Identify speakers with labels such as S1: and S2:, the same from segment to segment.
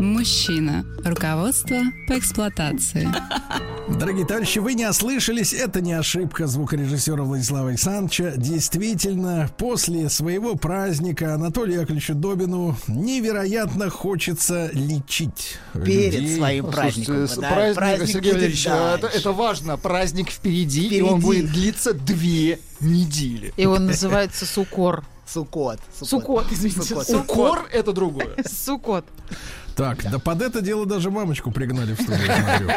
S1: Мужчина. Руководство по эксплуатации.
S2: Дорогие товарищи, вы не ослышались, это не ошибка звукорежиссера Владислава Александровича. Действительно, после своего праздника Анатолию Яковлевичу Добину невероятно хочется лечить
S3: перед
S2: людей.
S3: своим праздником.
S4: Слушайте, с-
S3: да,
S4: праздник,
S3: праздник
S4: Сергей
S3: будет
S4: Валерьевич, а, это,
S3: дальше.
S4: это важно. Праздник впереди, и он
S3: Впереди.
S4: будет длиться две недели.
S5: И он называется Сукор.
S3: Сукот.
S5: Сукот, извините.
S3: Сукот.
S5: Сукор.
S4: Укор — это другое.
S5: Сукот.
S2: Так, да. под это дело даже мамочку пригнали в студию. смотрю.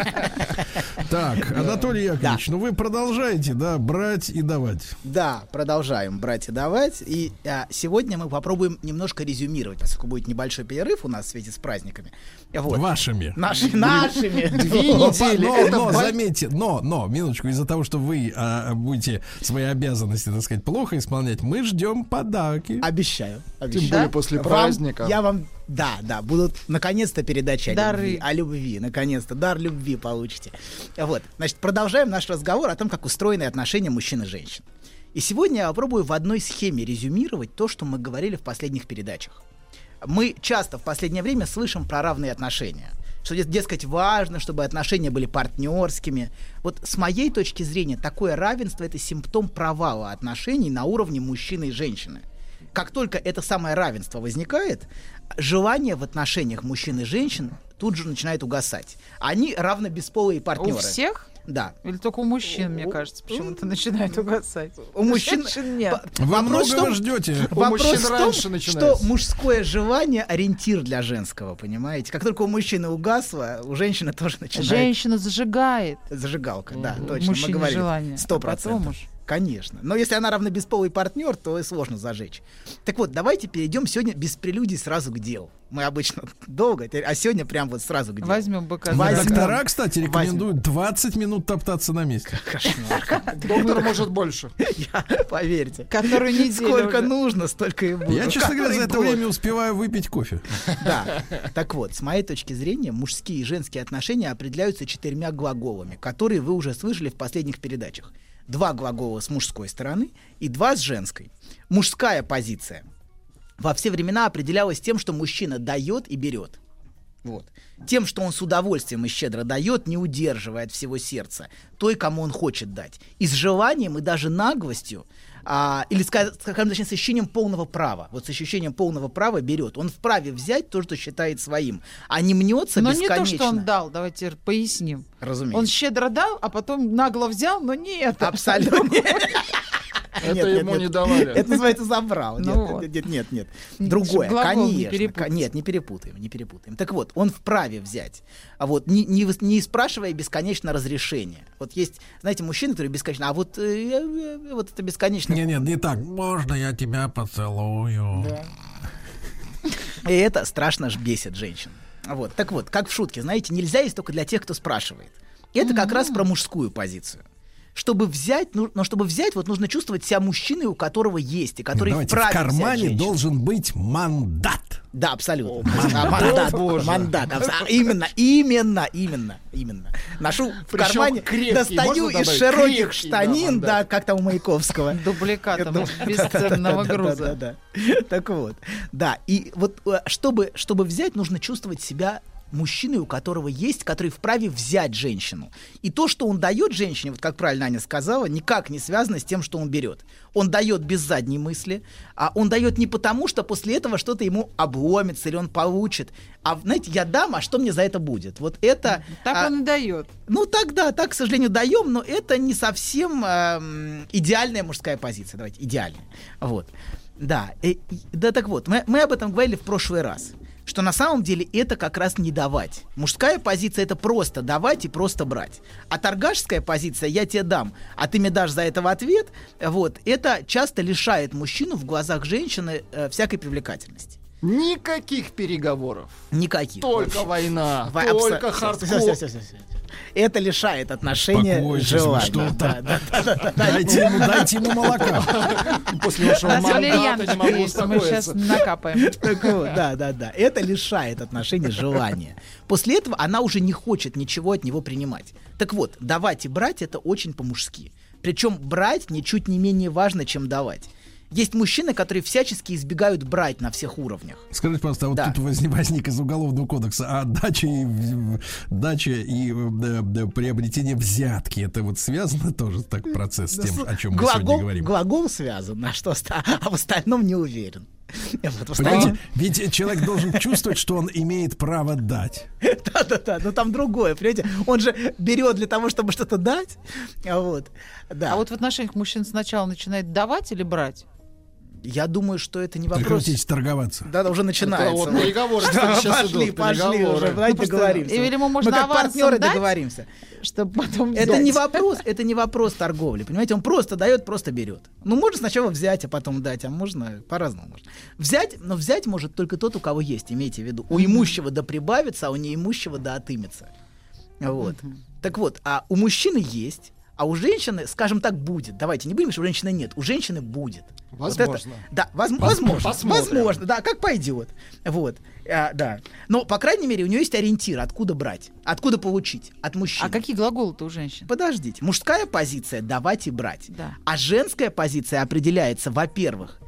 S2: Так, Анатолий Яковлевич, ну вы продолжаете, да, брать и давать.
S3: Да, продолжаем брать и давать. И а, сегодня мы попробуем немножко резюмировать, поскольку будет небольшой перерыв у нас в связи с праздниками. Вот.
S2: Вашими.
S3: Наши, нашими.
S4: Две
S2: Но,
S4: недели.
S2: но,
S4: это
S2: но,
S4: ба-
S2: заметьте, но, но, минуточку, из-за того, что вы а, будете свои обязанности, так сказать, плохо исполнять, мы ждем подарки.
S3: А Обещаю. обещаю.
S4: Тем более после
S3: Вам-
S4: праздника.
S3: я вам, да, да, будут наконец-то передача о
S5: Дары.
S3: любви, о любви, наконец-то, дар любви получите. Вот, значит, продолжаем наш разговор о том, как устроены отношения мужчин и женщин. И сегодня я попробую в одной схеме резюмировать то, что мы говорили в последних передачах. Мы часто в последнее время слышим про равные отношения. Что, дес- дескать, важно, чтобы отношения были партнерскими. Вот с моей точки зрения, такое равенство – это симптом провала отношений на уровне мужчины и женщины как только это самое равенство возникает, желание в отношениях мужчин и женщин тут же начинает угасать. Они равнобесполые партнеры.
S5: У всех?
S3: Да.
S5: Или только у мужчин, мне
S3: У-
S5: кажется, почему-то начинает угасать.
S3: У мужчин-
S5: женщин нет.
S3: П-
S2: Вы
S3: вопрос в
S2: многого
S3: том-
S2: ждете.
S4: У мужчин
S3: в том,
S4: раньше
S3: что
S4: начинается.
S3: мужское желание ориентир для женского, понимаете? Как только у мужчины угасло, у женщины тоже начинает
S5: Женщина зажигает.
S3: зажигалка. Да,
S5: м,
S3: точно, мы
S5: мужчине
S3: говорили.
S5: желание.
S3: Сто
S5: А потом
S3: процентов.
S5: уж.
S3: Конечно. Но если она равнобесполый партнер, то и сложно зажечь. Так вот, давайте перейдем сегодня без прелюдий сразу к делу. Мы обычно долго, те- а сегодня прям вот сразу к делу.
S5: Возьмем быка. за
S3: Возьмем.
S5: рога.
S2: Доктора, кстати, рекомендуют 20 минут топтаться на месте.
S4: Доктор может больше.
S3: Я- Поверьте.
S5: Которую неделю
S3: Сколько Ну,
S5: уже.
S3: нужно, столько и будет.
S2: Я, честно говоря, за это
S3: Который год.
S2: время успеваю выпить кофе.
S3: Да. Так вот, с моей точки зрения, мужские и женские отношения определяются четырьмя глаголами, которые вы уже слышали в последних передачах. Два глагола с мужской стороны и два с женской. Мужская позиция во все времена определялась тем, что мужчина дает и берет. Вот. Тем, что он с удовольствием и щедро дает, не удерживая от всего сердца той, кому он хочет дать. И с желанием, и даже наглостью, а, или, ска- скажем точнее, с ощущением полного права. Вот с ощущением полного права берет. Он вправе взять то, что считает своим, а не мнется
S5: Но не
S3: бесконечно.
S5: то, что он дал, давайте поясним.
S3: Разумеется.
S5: Он щедро дал, а потом нагло взял, но не это.
S3: Абсолютно.
S4: Это
S3: Нет, нет,
S4: ему не
S3: нет.
S4: давали.
S3: Это называется забрал. Нет,
S5: Ну вот.
S3: Нет, нет, нет, нет.
S5: Нет,
S3: Другое,
S5: чтоб глагол не
S3: конечно.
S5: перепутать.
S3: Ко- Нет, не перепутаем, не перепутаем. Так вот, он вправе взять, а вот не, не, выс- не спрашивая бесконечно разрешения. Вот есть, знаете, мужчины, которые бесконечно, а вот, э, э, э, вот это бесконечно.
S2: Не, нет, не так. Можно я тебя поцелую?
S3: И это страшно ж бесит женщин. Вот, так вот, как в шутке, знаете, нельзя есть только для тех, кто спрашивает. И это как раз про мужскую позицию. Чтобы взять, ну, но чтобы взять, вот нужно чувствовать себя мужчиной, у которого есть, и который
S2: Давайте, в
S3: вправе взять
S2: кармане
S3: женщину.
S2: должен быть мандат.
S3: Да, абсолютно. А, мандат, мандат, абс- а, именно, именно, именно, именно. Ношу в
S4: Причем
S3: кармане,
S4: крепкий,
S3: достаю
S4: можно
S3: из
S4: добавить?
S3: широких
S4: Крепкий, да,
S3: штанин, да,
S4: мандат.
S3: как там у Маяковского.
S5: Дубликатом
S3: Да,
S5: бесценного груза.
S3: Да-да-да. Так вот, да, и вот э, чтобы, чтобы взять, нужно чувствовать себя мужчиной, у которого есть, который вправе взять женщину. И то, что он дает женщине, вот как правильно Аня сказала, никак не связано с тем, что он берет. Он дает без задней мысли, а он дает не потому, что после этого что-то ему обломится или он получит. А знаете, я дам, а что мне за это будет? Вот это... а,
S5: Так он и дает.
S3: ну так да, так, к сожалению, даем, но это не совсем эм, идеальная мужская позиция. Давайте, идеальная. Вот. Да, э, и- да так вот, мы, мы об этом говорили в прошлый раз, что на самом деле это как раз не давать. Мужская позиция это просто давать и просто брать. А торгашская позиция я тебе дам, а ты мне дашь за это в ответ, вот, это часто лишает мужчину в глазах женщины э, всякой привлекательности.
S4: Никаких переговоров.
S3: Никаких.
S4: Только война.
S3: Во- абсо-
S4: Только
S3: всё,
S4: хардкор.
S3: всё, всё, всё, всё, всё. это лишает отношения
S2: Успокойтесь вы,
S3: желания.
S2: что
S3: Да,
S2: там.
S3: да, да, да, да.
S2: Дайте ему, дайте ему молока.
S4: После вашего
S5: Нас
S4: мандата не
S5: валерьяночка
S4: могу
S5: есть, мы сейчас
S4: успокоиться.
S5: накапаем.
S3: Так вот, Да, да, да. Это лишает отношений желания. После этого она уже не хочет ничего от него принимать. Так вот, давать и брать это очень по-мужски. Причем брать ничуть не менее важно, чем давать. Есть мужчины, которые всячески избегают брать на всех уровнях.
S2: Скажите, пожалуйста, а вот
S3: Да.
S2: тут возник, возник из Уголовного кодекса, а дача и, в- дача и э, да, да, приобретение взятки, это вот связано тоже так процесс с тем, о чем мы сегодня
S3: Глагол,
S2: говорим?
S3: глагол связан, на что оста- а в остальном не уверен. Вот, в
S2: Понимаете,
S3: остальном-
S2: ведь человек должен чувствовать, что он имеет право дать.
S3: Да-да-да, но там другое, понимаете? Он же берет для того, чтобы что-то дать. А Вот. Да.
S5: А вот в отношениях мужчин сначала начинает давать или брать?
S3: я думаю, что это не вопрос.
S2: Прекратите торговаться.
S3: Да, да, уже
S4: Это
S3: начинается.
S4: вот переговоры, кстати,
S3: Да,
S4: сейчас
S3: пошли,
S4: идут,
S3: пошли
S4: переговоры.
S3: уже, давайте
S5: Ну, просто,
S3: договоримся.
S5: или ему можно
S3: Мы как
S5: авансом
S3: партнеры
S5: дать?
S3: договоримся.
S5: Чтобы потом
S3: Это
S5: взять. А
S3: не вопрос, это не вопрос торговли, понимаете? Он просто дает, просто берет. Ну, можно сначала взять, а потом дать, а можно по-разному. Можно. Взять, но взять может только тот, у кого есть, имейте в виду. У имущего да прибавится, а у неимущего да отымется. Вот. Так вот, а у мужчины есть, а у женщины, скажем так, будет. Давайте не будем, что у женщины нет. У женщины будет. Вот это-
S4: Возможно.
S3: да, воз- возможно.
S4: Посмотрим.
S3: Возможно, да, как пойдет. Вот. А, да. Но, по крайней мере, у нее есть ориентир, откуда брать, откуда получить. От мужчин.
S5: А какие глаголы-то у женщин?
S3: Подождите. Мужская позиция – давать и брать.
S5: Да.
S3: А женская позиция определяется, во-первых,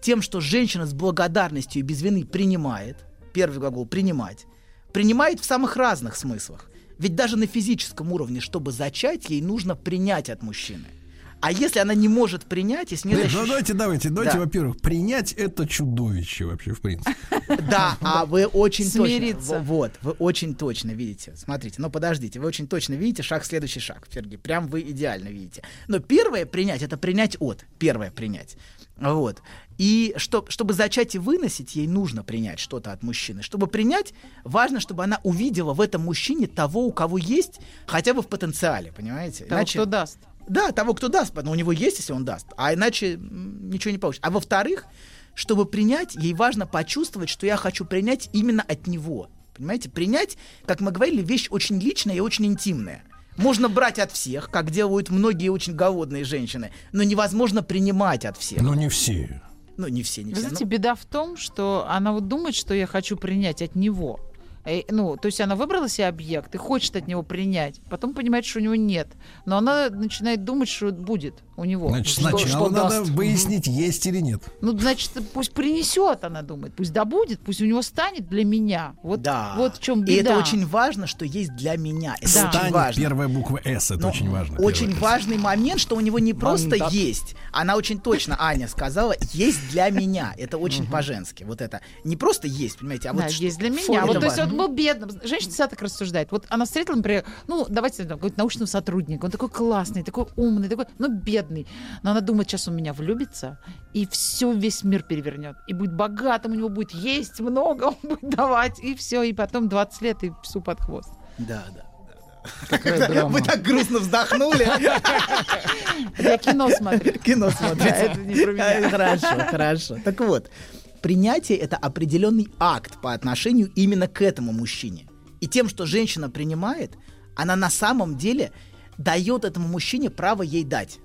S3: тем, что женщина с благодарностью и без вины принимает, первый глагол «принимать», принимает в самых разных смыслах. Ведь даже на физическом уровне, чтобы зачать, ей нужно принять от мужчины. А если она не может принять, если нет
S2: Ну,
S3: ощущ-
S2: давайте, давайте, давайте,
S3: Да.
S2: во-первых, принять это чудовище вообще, в принципе.
S3: Да, а вы очень
S5: Смириться.
S3: точно. в- Вот, вы очень точно видите. Смотрите, но подождите, вы очень точно видите шаг, следующий шаг, Сергей. Прям вы идеально видите. Но первое принять это принять от. Первое принять. Вот. И что- чтобы зачать и выносить, ей нужно принять что-то от мужчины. Чтобы принять, важно, чтобы она увидела в этом мужчине того, у кого есть, хотя бы в потенциале, понимаете?
S5: Того, кто даст.
S3: Да, того, кто даст, но у него есть, если он даст, а иначе м, ничего не получится. А во-вторых, чтобы принять, ей важно почувствовать, что я хочу принять именно от него. Понимаете, принять, как мы говорили, вещь очень личная и очень интимная. Можно брать от всех, как делают многие очень голодные женщины, но невозможно принимать от всех.
S2: Но не все.
S3: Ну, не все, не
S5: Вы
S3: все.
S5: знаете,
S3: ну.
S5: беда в том, что она вот думает, что я хочу принять от него. Э, Ну, то есть она выбрала себе объект и хочет от него принять. Потом понимает, что у него нет. Но она начинает думать, что будет у него.
S2: Значит,
S4: Что-
S2: сначала
S4: что
S2: надо
S4: даст?
S2: выяснить, есть или нет.
S5: Ну, значит, пусть принесет, она думает. Пусть добудет, пусть у него станет для меня. Вот,
S3: да.
S5: вот в чем беда.
S3: И это очень важно, что есть для меня. Это
S5: Да.
S3: очень
S2: Станет
S3: важно.
S2: первая буква «С», это
S3: Но
S2: очень важно.
S3: Очень
S2: первая.
S3: важный момент, что у него не просто
S4: Мандат.
S3: есть. Она очень точно, Аня сказала, есть для меня. Это очень по-женски. Вот это. Не просто есть, понимаете, а вот
S5: да,
S3: что-
S5: есть для меня.
S3: форма.
S5: Вот, то есть он был бедным. Женщина всегда так рассуждает. Вот она встретила, например, ну, давайте там, какого-то научного сотрудника. Он такой классный, такой умный, такой, ну, бедный. Но она думает, сейчас он в меня влюбится, и все, весь мир перевернет. И будет богатым, у него будет есть много, он будет давать, и все. И потом 20 лет, и псу под хвост.
S3: Да, да.
S4: Какая драма.
S3: Вы так грустно вздохнули.
S5: Я кино смотрю.
S3: Кино смотрите.
S5: Это не про меня.
S3: Э, Хорошо, хорошо. Так вот, принятие это определенный акт по отношению именно к этому мужчине. И тем, что женщина принимает, она на самом деле дает этому мужчине право ей дать.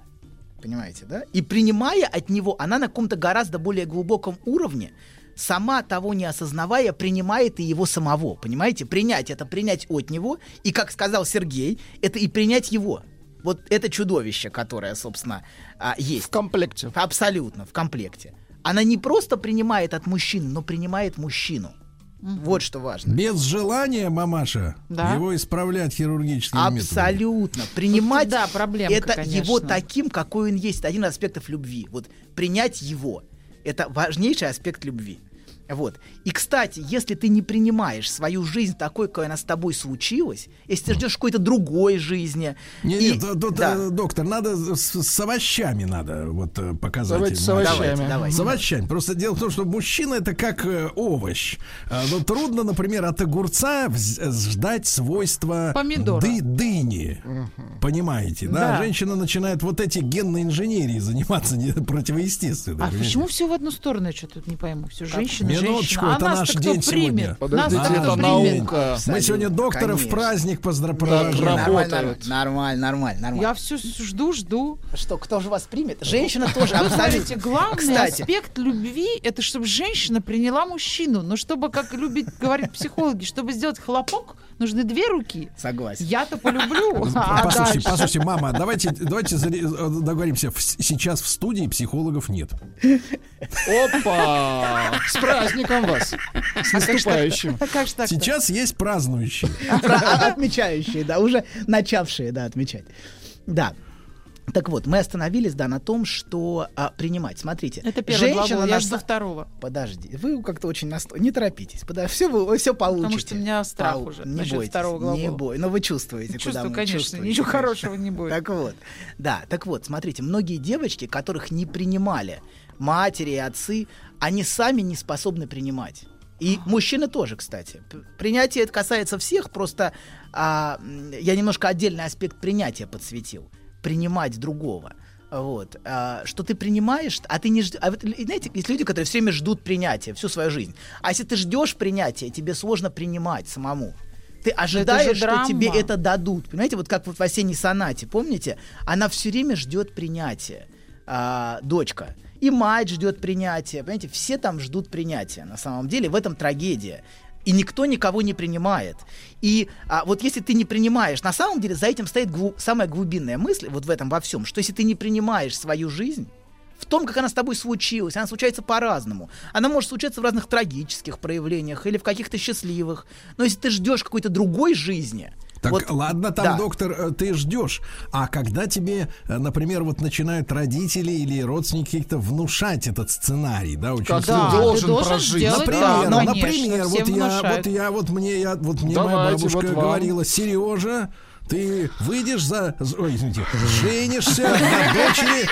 S3: Понимаете, да? И принимая от него, она на каком-то гораздо более глубоком уровне, сама того не осознавая, принимает и его самого. Понимаете? Принять это принять от него. И как сказал Сергей, это и принять его. Вот это чудовище, которое, собственно, а,
S4: В
S3: есть.
S4: комплекте.
S3: Абсолютно, в комплекте. Она не просто принимает от мужчин, но принимает мужчину. Вот что важно.
S2: Без желания, мамаша,
S5: Да.
S2: его исправлять хирургическими методами.
S3: Абсолютно. Принимать
S5: да, проблемка,
S3: это его
S5: конечно.
S3: таким, какой он есть. Это Один из аспектов любви. Вот принять его. Это важнейший аспект любви. Вот. И, кстати, если ты не принимаешь свою жизнь такой, какой она с тобой случилась, если ты ждешь какой-то другой жизни...
S2: Не,
S3: и-
S2: не, д- д-
S3: да.
S2: э, доктор, надо с, с овощами надо вот э, показать.
S4: Давайте
S2: им.
S4: с овощами.
S3: Давайте, давайте.
S2: С овощами. Просто дело в том, что мужчина это как э, овощ. А, Но трудно, например, от огурца вз- э, ждать свойства
S5: Помидора.
S2: ды- дыни. Понимаете, да?
S5: Да.
S2: Женщина начинает вот эти генной инженерией заниматься не, противоестественно.
S5: А
S2: понимаете?
S5: почему все в одну сторону, я что тут не пойму? Все женщины
S2: Минуточку,
S5: женщина.
S2: это
S5: а нас-то
S2: наш
S5: кто
S2: день
S5: примет?
S2: сегодня.
S4: Подождите,
S5: Нас-то
S4: это
S5: кто примет?
S4: наука.
S2: Мы сегодня доктора в
S3: конечно.
S2: праздник поздра- провожаем.
S4: работает.
S3: Нормально, нормально, нормально, нормально.
S5: Я все жду, жду.
S3: Что, кто же вас примет? Женщина тоже,
S5: Вы знаете,
S3: абсолютно.
S5: главный
S3: а Кстати.
S5: аспект любви — это чтобы женщина приняла мужчину. Но чтобы, как любит, говорят психологи, чтобы сделать хлопок, нужны две руки.
S3: Согласен.
S5: Я-то
S2: Ну,
S5: полюблю, а
S2: Послушайте,
S5: дальше?
S2: послушайте, мама, давайте, давайте заре- э, договоримся. в- Сейчас в студии психологов нет.
S4: Опа! С праздником
S3: А
S4: вас! С наступающим!
S5: Ну, Как же так
S2: Сейчас есть празднующие.
S3: Про- а- Отмечающие, да, уже начавшие, да, отмечать. Да. Так вот, мы остановились, да, на том, что а, принимать. Смотрите,
S5: Это первый глагол, я
S3: на
S5: жду
S3: са-
S5: второго.
S3: Подожди, вы как-то очень насто... Не торопитесь, подо... все вы все получите.
S5: у меня страх
S3: Пау-
S5: уже
S3: Не
S5: насчет
S3: бойтесь,
S5: второго
S3: не
S5: глагола.
S3: бой, но вы чувствуете, куда
S5: Чувствую,
S3: мы
S5: конечно,
S3: чувствуете,
S5: ничего
S3: конечно.
S5: хорошего не будет.
S3: Так вот, да, так вот, смотрите, многие девочки, которых не принимали матери и отцы, они сами не способны принимать. И мужчины тоже, кстати. П- Принятие это касается всех, просто а, м, я немножко отдельный аспект принятия подсветил. Принимать другого. Вот. а, что ты принимаешь, а ты не ждешь. А вот, л- знаете, есть люди, которые все время ждут принятия всю свою жизнь. А если ты ждешь принятия, тебе сложно принимать самому. Ты ожидаешь, что
S5: драма.
S3: тебе это дадут. Понимаете, вот как вот в осенней сонате, помните? Она все время ждет принятия, а, дочка. И мать ждет принятия. Понимаете, все там ждут принятия. На самом деле в этом трагедия. И никто никого не принимает. И а, вот если ты не принимаешь, на самом деле за этим стоит глу- самая глубинная мысль, вот в этом во всем, что если ты не принимаешь свою жизнь, в том, как она с тобой случилась. Она случается по-разному. Она может случаться в разных трагических проявлениях или в каких-то счастливых. Но если ты ждешь какой-то другой жизни,
S2: Так
S3: вот-
S2: ладно, там,
S3: да.
S2: доктор, э, ты ждешь. А когда тебе, э, например, вот начинают родители или родственники как-то внушать этот сценарий, да, очень
S5: Да,
S2: сложно.
S5: ты
S4: должен
S5: должен
S4: прожить.
S5: сделать
S2: Например,
S5: так,
S2: ну,
S5: конечно,
S2: например,
S5: всем
S2: вот я,
S5: внушают.
S2: вот я, вот мне, я, вот мне моя
S4: Давайте,
S2: бабушка
S4: вот вам.
S2: говорила, Сережа, ты выйдешь за, з- ой, извините, женишься на дочери,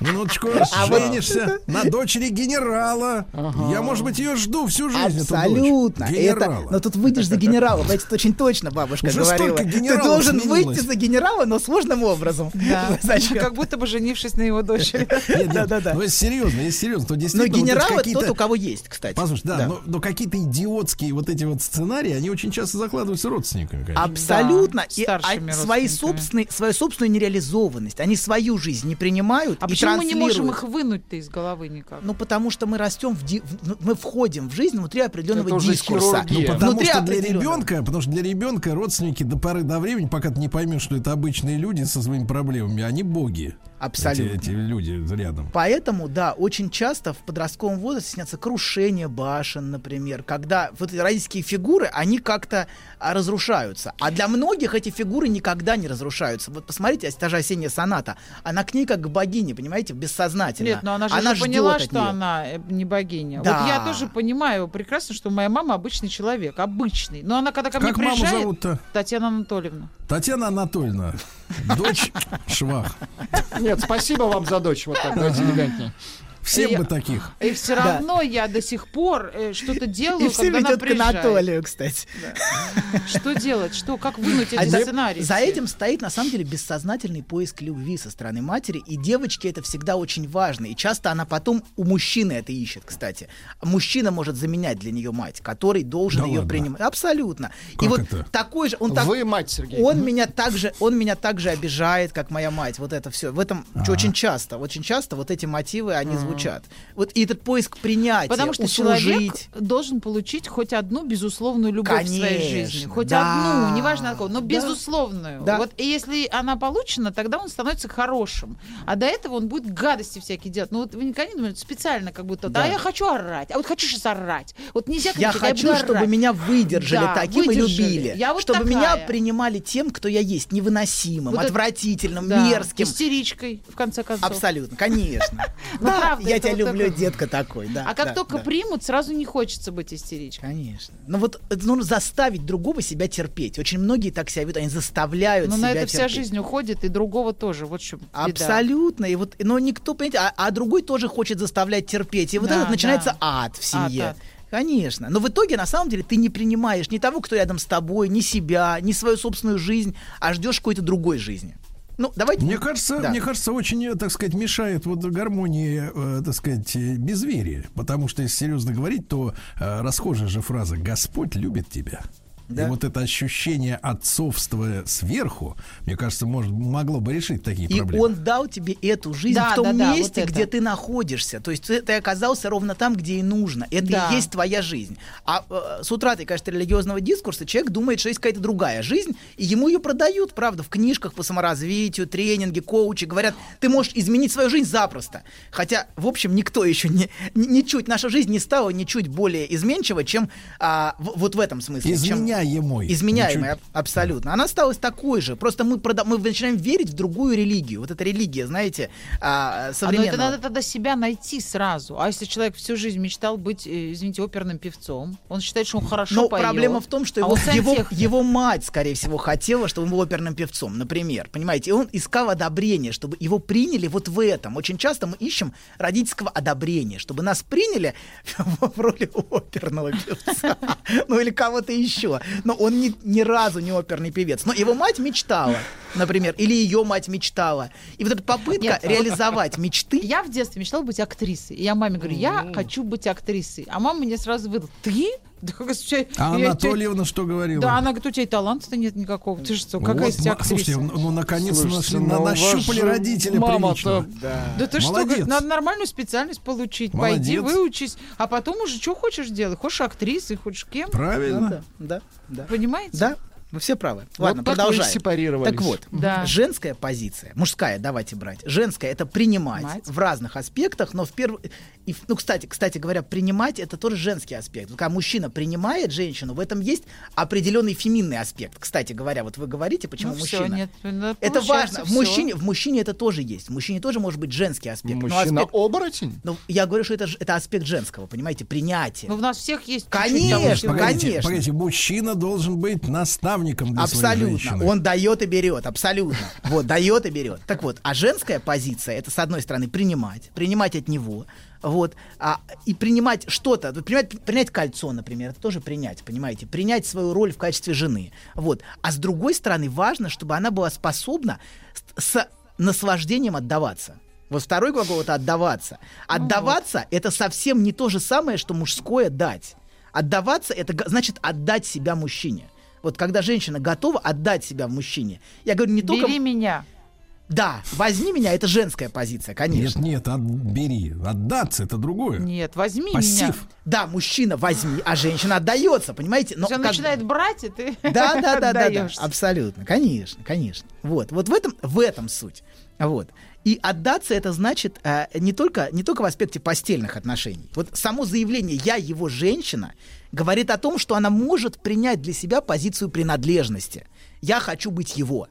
S2: минуточку,
S3: А
S2: женишься на дочери генерала. Я, может быть, ее жду всю жизнь. эту дочь.
S3: Абсолютно. Это, ну,
S2: Генерала.
S3: но тут выйдешь за генерала. Знаете, это очень точно бабушка
S2: Уже
S3: говорила.
S2: столько
S3: Ты
S2: генералов
S3: должен
S2: сменилось.
S3: выйти за генерала, но сложным образом.
S5: Да.
S3: Зачем?
S5: Как будто бы женившись на его дочери.
S2: Нет, нет,
S3: Да-да-да.
S2: Ну, если серьезно, если серьезно, то
S3: Но
S2: действительно... вот эти
S3: генерал это тот,
S2: какие-то-
S3: у кого есть, кстати.
S2: Послушай, да, ну, Но, но какие-то идиотские вот эти вот сценарии, они очень часто закладываются родственниками, конечно.
S3: Абсолютно.
S5: Да,
S3: и а,
S5: старшими
S3: свои
S5: родственниками.
S3: собственные, свою собственную нереализованность. Они свою жизнь не принимают
S5: А
S3: и
S5: почему мы не можем
S3: транслируют.
S5: их вынуть-то из головы никак?
S3: Ну, потому что мы растем, в ди- в- мы входим в жизнь внутри определенного
S4: Это уже
S3: дискурса.
S4: хирургия. Ну,
S2: Потому
S3: Внутри
S2: что для
S3: определенного.
S2: ребенка, потому что для ребенка родственники до поры до времени, пока ты не поймешь, что это обычные люди со своими проблемами, они боги. Эти,
S3: Абсолютно.
S2: эти люди рядом.
S3: Поэтому, да, очень часто в подростковом возрасте снятся крушения башен, например, когда вот эти родительские фигуры, они как-то а, разрушаются. А для многих эти фигуры никогда не разрушаются. Вот посмотрите, а та же осенняя соната, она к ней как к богине, понимаете, бессознательно.
S5: Нет, но она же уже
S3: ждет
S5: поняла,
S3: от
S5: что
S3: нее.
S5: она э, не богиня.
S3: Да.
S5: Вот я тоже понимаю прекрасно, что моя мама обычный человек, обычный. Но она когда ко
S2: Как
S5: мне
S2: маму
S5: приезжает,
S2: зовут-то?
S5: Татьяна Анатольевна.
S2: Татьяна Анатольевна, дочь Швах.
S4: Нет, спасибо вам за дочь. Вот так, давайте элегантнее.
S2: Всем
S5: Я-
S2: бы таких.
S5: И все
S3: Да.
S5: равно я до сих пор э, что-то делаю,
S3: И все
S5: когда она
S3: ведет к
S5: приезжает.
S3: Анатолию, кстати.
S5: Что делать? Что? Как вынуть эти
S3: А за-
S5: сценарии?
S3: За
S5: все?
S3: этим стоит, на самом деле, бессознательный поиск любви со стороны матери, и девочке это всегда очень важно, и часто она потом у мужчины это ищет, кстати. Мужчина может заменять для нее мать, который должен
S2: Да
S3: ее
S2: ладно?
S3: принимать. Абсолютно. и
S2: Как
S3: вот
S2: это?
S3: такой же, он так...
S4: Вы мать, Сергей.
S3: Он меня также, он меня также обижает, как моя мать. Вот это все. В этом
S2: А.
S3: ч- очень часто, очень часто вот эти мотивы они звучат. Вот и этот поиск принятия,
S5: Потому что
S3: услужить.
S5: человек должен получить хоть одну безусловную любовь в своей
S3: Конечно,
S5: жизни. Хоть
S3: да.
S5: одну, неважно от кого, но
S3: Да.
S5: безусловную.
S3: Да.
S5: Вот и если она получена, тогда он становится хорошим. А до этого он будет гадости всякие делать. Ну вот вы никогда не думаете, специально как будто, да,
S3: Да.
S5: я хочу орать, а вот хочу сейчас орать. Вот нельзя
S3: Я
S5: кричать, а
S3: хочу,
S5: буду
S3: чтобы
S5: орать.
S3: меня выдержали
S5: Да,
S3: таким
S5: выдержали.
S3: и любили.
S5: Я вот
S3: чтобы
S5: такая.
S3: меня принимали тем, кто я есть, невыносимым,
S5: Вот это-
S3: отвратительным,
S5: Да,
S3: мерзким.
S5: Истеричкой, в конце концов.
S3: Абсолютно, конечно.
S5: Ну,
S3: Да,
S5: правда,
S3: я
S5: это
S3: тебя
S5: вот
S3: люблю,
S5: такое.
S3: детка такой, да.
S5: А как
S3: да,
S5: только
S3: да.
S5: примут, сразу не хочется быть истеричкой.
S3: Конечно. Ну вот это нужно заставить другого себя терпеть. Очень многие так себя ведут, они заставляют
S5: Но
S3: себя
S5: Ну, на это вся
S3: терпеть.
S5: жизнь уходит, и другого тоже. Вот в чем беда.
S3: Абсолютно. И вот, но никто, понимаете, а, а другой тоже хочет заставлять терпеть. И вот
S5: Да,
S3: этот начинается
S5: да.
S3: ад в семье.
S5: Ад, ад.
S3: Конечно. Но в итоге, на самом деле, ты не принимаешь ни того, кто рядом с тобой, ни себя, ни свою собственную жизнь, а ждешь какой-то другой жизни. Ну, давайте...
S2: Мне кажется,
S3: Да.
S2: мне кажется, очень, э, так сказать, мешает вот гармонии, э, так сказать, э, безверие. Потому что, если серьезно говорить, то э, расхожая же фраза «Господь любит тебя».
S3: Да.
S2: И вот это ощущение отцовства сверху, мне кажется, может, могло бы решить такие
S3: И
S2: проблемы.
S3: он дал тебе эту жизнь
S5: Да,
S3: в том
S5: да, да, вот
S3: месте,
S5: это.
S3: где ты находишься. То есть ты, ты оказался ровно там, где и нужно. Это
S5: Да.
S3: и есть твоя жизнь. А э, с утратой, конечно, религиозного дискурса человек думает, что есть какая-то другая жизнь, и ему ее продают, правда, в книжках по саморазвитию, тренинги, коучи говорят, ты можешь изменить свою жизнь запросто. Хотя, в общем, никто еще не ни- ничуть наша жизнь не стала ничуть более изменчива, чем а, в- вот в этом смысле. чем-
S2: Изменяемой. Ну,
S3: Изменяемая,
S2: Ничуть.
S3: аб- абсолютно. Она осталась такой же. Просто мы, прода- мы начинаем верить в другую религию. Вот эта религия, знаете, а,
S5: А, ну, это
S3: современного.
S5: надо тогда себя найти сразу. А если человек всю жизнь мечтал быть, э, извините, оперным певцом, он считает, что он хорошо
S3: Но
S5: поет.
S3: проблема в том, что
S5: а
S3: его,
S5: он
S3: его,
S5: сантехник.
S3: его мать, скорее всего, хотела, чтобы он был оперным певцом, например. Понимаете, и он искал одобрение, чтобы его приняли вот в этом. Очень часто мы ищем родительского одобрения, чтобы нас приняли в роли оперного певца. Ну или кого-то еще. Но он ни, ни разу не оперный певец. Но его мать мечтала, например, или ее мать мечтала. И вот эта попытка
S5: Нет.
S4: ну,
S3: реализовать мечты
S5: Я в детстве мечтала быть актрисой. И я маме говорю, я хочу быть актрисой. А мама мне сразу выдала, ты? Да, как у тебя-
S2: А
S5: я-
S2: Анатольевна что говорила?
S5: Да, она говорит, у тебя и таланта нет никакого. Ты что, какая
S2: Вот,
S5: из тебя
S2: ма- Слушайте,
S5: актриса?
S2: ну, ну, наконец-то нашли-
S4: Слушайте,
S2: на-
S4: ну, у вас
S2: нащупали
S4: же
S2: родителя
S4: мама-то-
S2: приличного.
S5: Да ты что,
S2: молодец.
S5: говорит, надо нормальную специальность получить. Пойди,
S2: Молодец.
S5: выучись. А потом уже что хочешь делать? Хочешь актрисой, хочешь кем?
S2: Правильно.
S3: Да, да, да.
S5: Понимаете?
S3: Да, вы все правы.
S4: Вот
S3: Ладно,
S4: так вы и
S3: продолжаем.
S4: сепарировались.
S3: Так вот,
S5: Да.
S3: женская позиция, мужская, давайте брать. Женская это принимать
S5: Мать.
S3: в разных аспектах, но в первую. и в- Ну, кстати, кстати говоря, принимать это тоже женский аспект. Вот Когда мужчина принимает женщину, в этом есть определенный феминный аспект. Кстати говоря, вот вы говорите, почему
S5: Ну всё,
S3: мужчина.
S5: нет, ну,
S3: это
S5: получается
S3: важно. В
S5: всё.
S3: мужчине, в мужчине это тоже есть. В мужчине тоже может быть женский аспект. но аспект-
S4: Мужчина-оборотень?
S3: но я говорю, что это, ж- это аспект женского, понимаете, принятие.
S5: Ну, у нас всех есть
S3: Конечно,
S5: чуть-чуть того,
S2: Погодите,
S3: конечно.
S2: погодите, мужчина должен быть наставником для своей
S3: Абсолютно.
S2: женщины.
S3: Он дает и берет, абсолютно. Вот, дает и берет. Так вот, а женская позиция это, с одной стороны, принимать, принимать от него. Вот, а, и принимать что-то, вот принять, принять кольцо, например, это тоже принять, понимаете, принять свою роль в качестве жены. Вот. А с другой стороны, важно, чтобы она была способна с, с наслаждением отдаваться. Вот второй глагол это отдаваться. Отдаваться это совсем не то же самое, что мужское дать. Отдаваться это г- значит отдать себя мужчине. Вот когда женщина готова отдать себя мужчине, я говорю не только
S5: Бери меня.
S3: да, возьми меня, это женская позиция,
S2: Нет, ну
S3: конечно.
S2: нет, от- бери. Отдаться это другое.
S5: Нет, возьми меня.
S2: Пассив.
S3: Да, мужчина возьми, а женщина отдается, понимаете? Но
S5: То есть он
S3: Ну, как-
S5: начинает брать, и ты А
S3: Да, да, да, да, да,
S5: отдаёшься.
S3: абсолютно, конечно, конечно. Вот, вот в этом, в этом суть. Вот. И отдаться это значит э, не только не только в аспекте постельных отношений. Вот само заявление "я его женщина" говорит о том, что она может принять для себя позицию принадлежности. Я хочу быть его.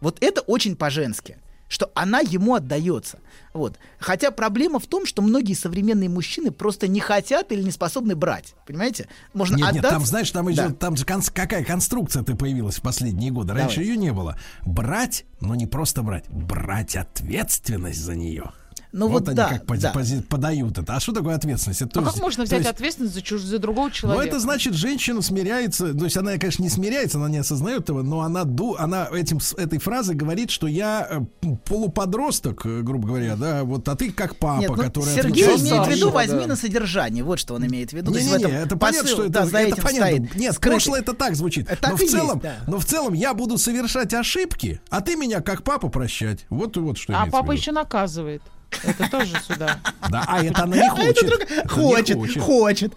S3: Вот это очень по-женски, что она ему отдается. Вот. Хотя проблема в том, что многие современные мужчины просто не хотят или не способны брать. Понимаете? Можно
S2: Нет, нет,
S3: отдаться.
S2: там, знаешь, там,
S3: Да.
S2: идет, там же конс- какая конструкция-то появилась в последние годы. Раньше
S3: Давай.
S2: ее не было. Брать, но не просто брать, брать ответственность за нее.
S3: Ну
S2: вот,
S3: вот
S2: они
S3: да,
S2: как поди-
S3: да. Ну
S2: пози- подают это. А что такое ответственность? Это
S5: А
S2: то
S5: как
S2: есть-
S5: можно
S2: то
S5: взять
S2: есть-
S5: ответственность за, чуж... за другого
S2: Ну,
S5: человека?
S2: это значит, женщина смиряется. То есть она, конечно, не смиряется, она не осознает этого, но она, ду, она этим, с этой фразой говорит, что я э, полуподросток, э, грубо говоря, да, вот, а ты как папа,
S3: Нет, ну,
S2: который
S3: Сергей
S2: отвечает за
S3: имеет в
S2: мужа.
S3: виду
S4: Саша,
S3: возьми
S4: да.
S3: на содержание, вот что он имеет в виду. Ну, То есть в
S2: Не-не-не,
S3: этом
S2: это понятно,
S3: посыл,
S2: что это,
S3: да, за
S2: это
S3: этим
S2: понятно.
S3: стоит
S2: Нет,
S3: скрытый.
S2: прошлое это так звучит.
S3: Э,
S2: но,
S3: так
S2: в
S3: и есть,
S2: целом,
S3: да.
S2: но в целом я буду совершать ошибки, а ты меня как папа прощать. Вот и вот что
S5: А
S2: имеется в
S5: папа
S2: виду.
S5: еще наказывает. Это тоже сюда.
S2: Да, а это она не хочет. Это не
S3: Хочет, хочет.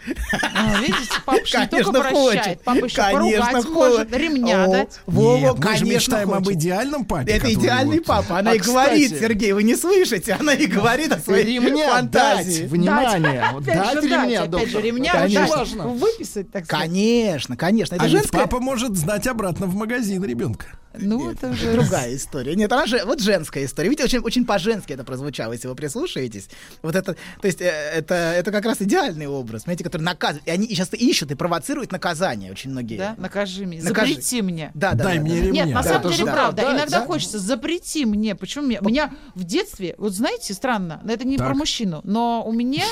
S5: А, видите, папа еще не только
S3: Конечно,
S5: прощает,
S3: хочет.
S5: папа еще поругать
S3: Конечно,
S5: может,
S3: хочет.
S5: ремня
S3: О,
S5: дать.
S3: Вова,
S2: Нет, мы же
S3: конечно,
S2: мечтаем об
S3: хочет.
S2: идеальном папе.
S3: Это
S2: который
S3: идеальный
S2: вот-
S3: папа. Она
S4: А,
S3: и говорит,
S4: кстати-
S3: Сергей, вы не слышите. Она и говорит о своей
S4: Ремня дать,
S3: фантазии.
S4: внимание.
S5: Дать.
S4: вот
S5: Опять
S4: Дать
S5: же дать,
S4: ремня,
S5: опять же
S4: доктор.
S5: ремня
S4: Конечно.
S5: дать,
S4: Важно.
S5: выписать, так сказать.
S3: Конечно, конечно. Это
S2: А ведь
S3: женская...
S2: папа может знать обратно в магазин ребенка.
S5: Ну, это уже...
S3: Другая история. Нет, она же, вот женская история. Видите, очень, очень по-женски это прозвучало, если вы прислушаетесь. Вот это, то есть, э, это, это как раз идеальный образ, понимаете, который наказывает. И они сейчас ищут и провоцируют наказание очень многие.
S5: Да, накажи меня,
S3: Накажи.
S5: запрети мне.
S3: Да, да,
S2: Дай
S3: да,
S2: мне
S3: да.
S2: ремня.
S5: Нет, на
S2: Да,
S5: самом
S4: это
S5: деле
S4: же
S5: правда.
S4: правда,
S5: Иногда
S4: да.
S5: хочется запрети мне. Почему мне? У меня в детстве, вот знаете, странно, но это не
S2: Так.
S5: про мужчину, но у меня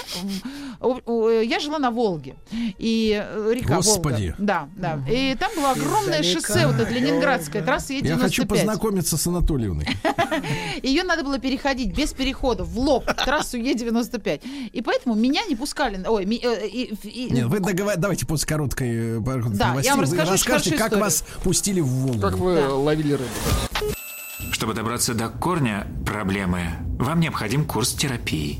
S5: м, у- у- э, я жила на Волге и э, река
S2: Господи.
S5: Волга. Да, да. И там было огромное
S3: Издалека.
S5: шоссе, вот это Ленинградская трасса сейчас ей
S2: Я хочу
S5: 95.
S2: познакомиться с Анатольевной.
S5: Ее надо было переходить без перехода в лоб трассу Е95. И поэтому меня не пускали. Ой, ми- э, и- и-
S2: Нет, вы договор... Давайте после короткой э, пар-
S5: Да, я
S2: новостей
S5: вам
S2: вы
S5: расскажу
S2: расскажете,
S5: хорошую
S2: как
S5: историю.
S2: вас пустили в Волгу.
S4: Как вы
S5: Да.
S4: ловили рыбу?
S6: Чтобы добраться до корня проблемы, вам необходим курс терапии.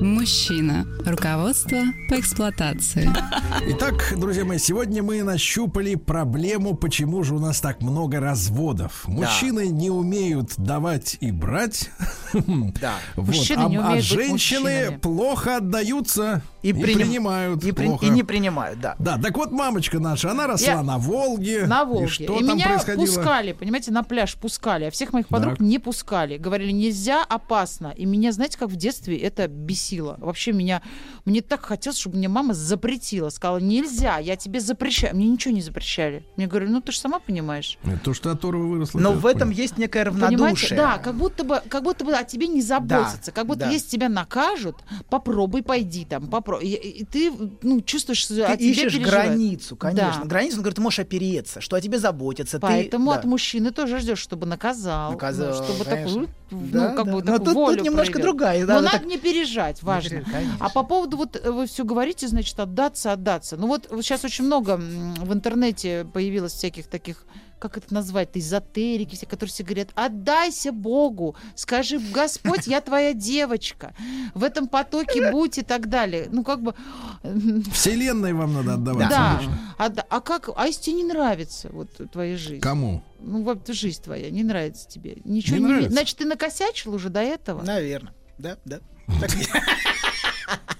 S1: Мужчина. Руководство по эксплуатации.
S2: Итак, друзья мои, сегодня мы нащупали проблему, почему же у нас так много разводов. Мужчины не умеют давать и брать.
S3: Да.
S2: Вот.
S5: Мужчины
S2: а,
S5: не
S2: а
S5: умеют быть
S2: женщины
S5: мужчинами.
S2: плохо отдаются и,
S3: приним-
S2: принимают.
S3: И, при-
S2: плохо.
S3: и не принимают, да.
S2: Да, так вот мамочка наша, она росла
S5: Я-
S2: на Волге.
S5: На
S2: И
S5: Волге. И,
S2: что там
S5: меня
S2: происходило?
S5: пускали, понимаете, на пляж пускали, а всех моих подруг
S2: Так.
S5: не пускали. Говорили, нельзя, опасно. И меня, знаете, как в детстве это бесило. Вообще меня, мне так хотелось, чтобы мне мама запретила. Сказала, нельзя, я тебе запрещаю. Мне ничего не запрещали. Мне говорили, ну ты же сама понимаешь.
S2: Это то, что от Орва выросло.
S3: Но
S2: я
S3: в этом
S2: понял.
S3: есть некое
S5: Понимаете,
S3: равнодушие.
S5: да, как будто бы, как будто бы о тебе не заботятся,
S3: Да,
S5: как будто
S3: да.
S5: если тебя накажут, попробуй, пойди там, попробуй. И, и ты, ну, чувствуешь, что о
S3: Ты
S5: тебе
S3: ищешь
S5: переживают.
S3: границу, конечно.
S5: Да.
S3: Границу, он говорит, ты можешь опереться, что о тебе заботятся. ты-
S5: Поэтому
S3: да.
S5: от ну, мужчины тоже ждешь, чтобы наказал,
S3: Наказал,
S5: ну, чтобы
S3: конечно.
S5: такую,
S3: Да,
S5: ну, как
S3: да.
S5: бы
S3: Но
S5: такую
S3: тут- тут
S5: волю
S3: немножко
S5: проявил.
S3: другая, да,
S5: Но
S3: она
S5: надо
S3: так-
S5: не пережать, важно.
S3: пережать, конечно.
S5: а по поводу вот э, вы все говорите, значит, отдаться, отдаться. Ну вот вот сейчас очень много м, в интернете появилось всяких таких как это назвать, эзотерики, все, которые все говорят, отдайся Богу, скажи, Господь, я твоя девочка, в этом потоке будь и так далее. Ну, как бы, э,
S2: Вселенной вам надо отдавать.
S5: да.
S2: конечно.
S5: Отда- А, как, а если тебе не нравится вот твоя жизнь?
S2: Кому?
S5: ну вот жизнь твоя не нравится тебе, ничего
S2: Не
S5: не, ви-
S2: нравится?
S5: значит ты накосячил уже до этого.
S3: Наверное. Да, да.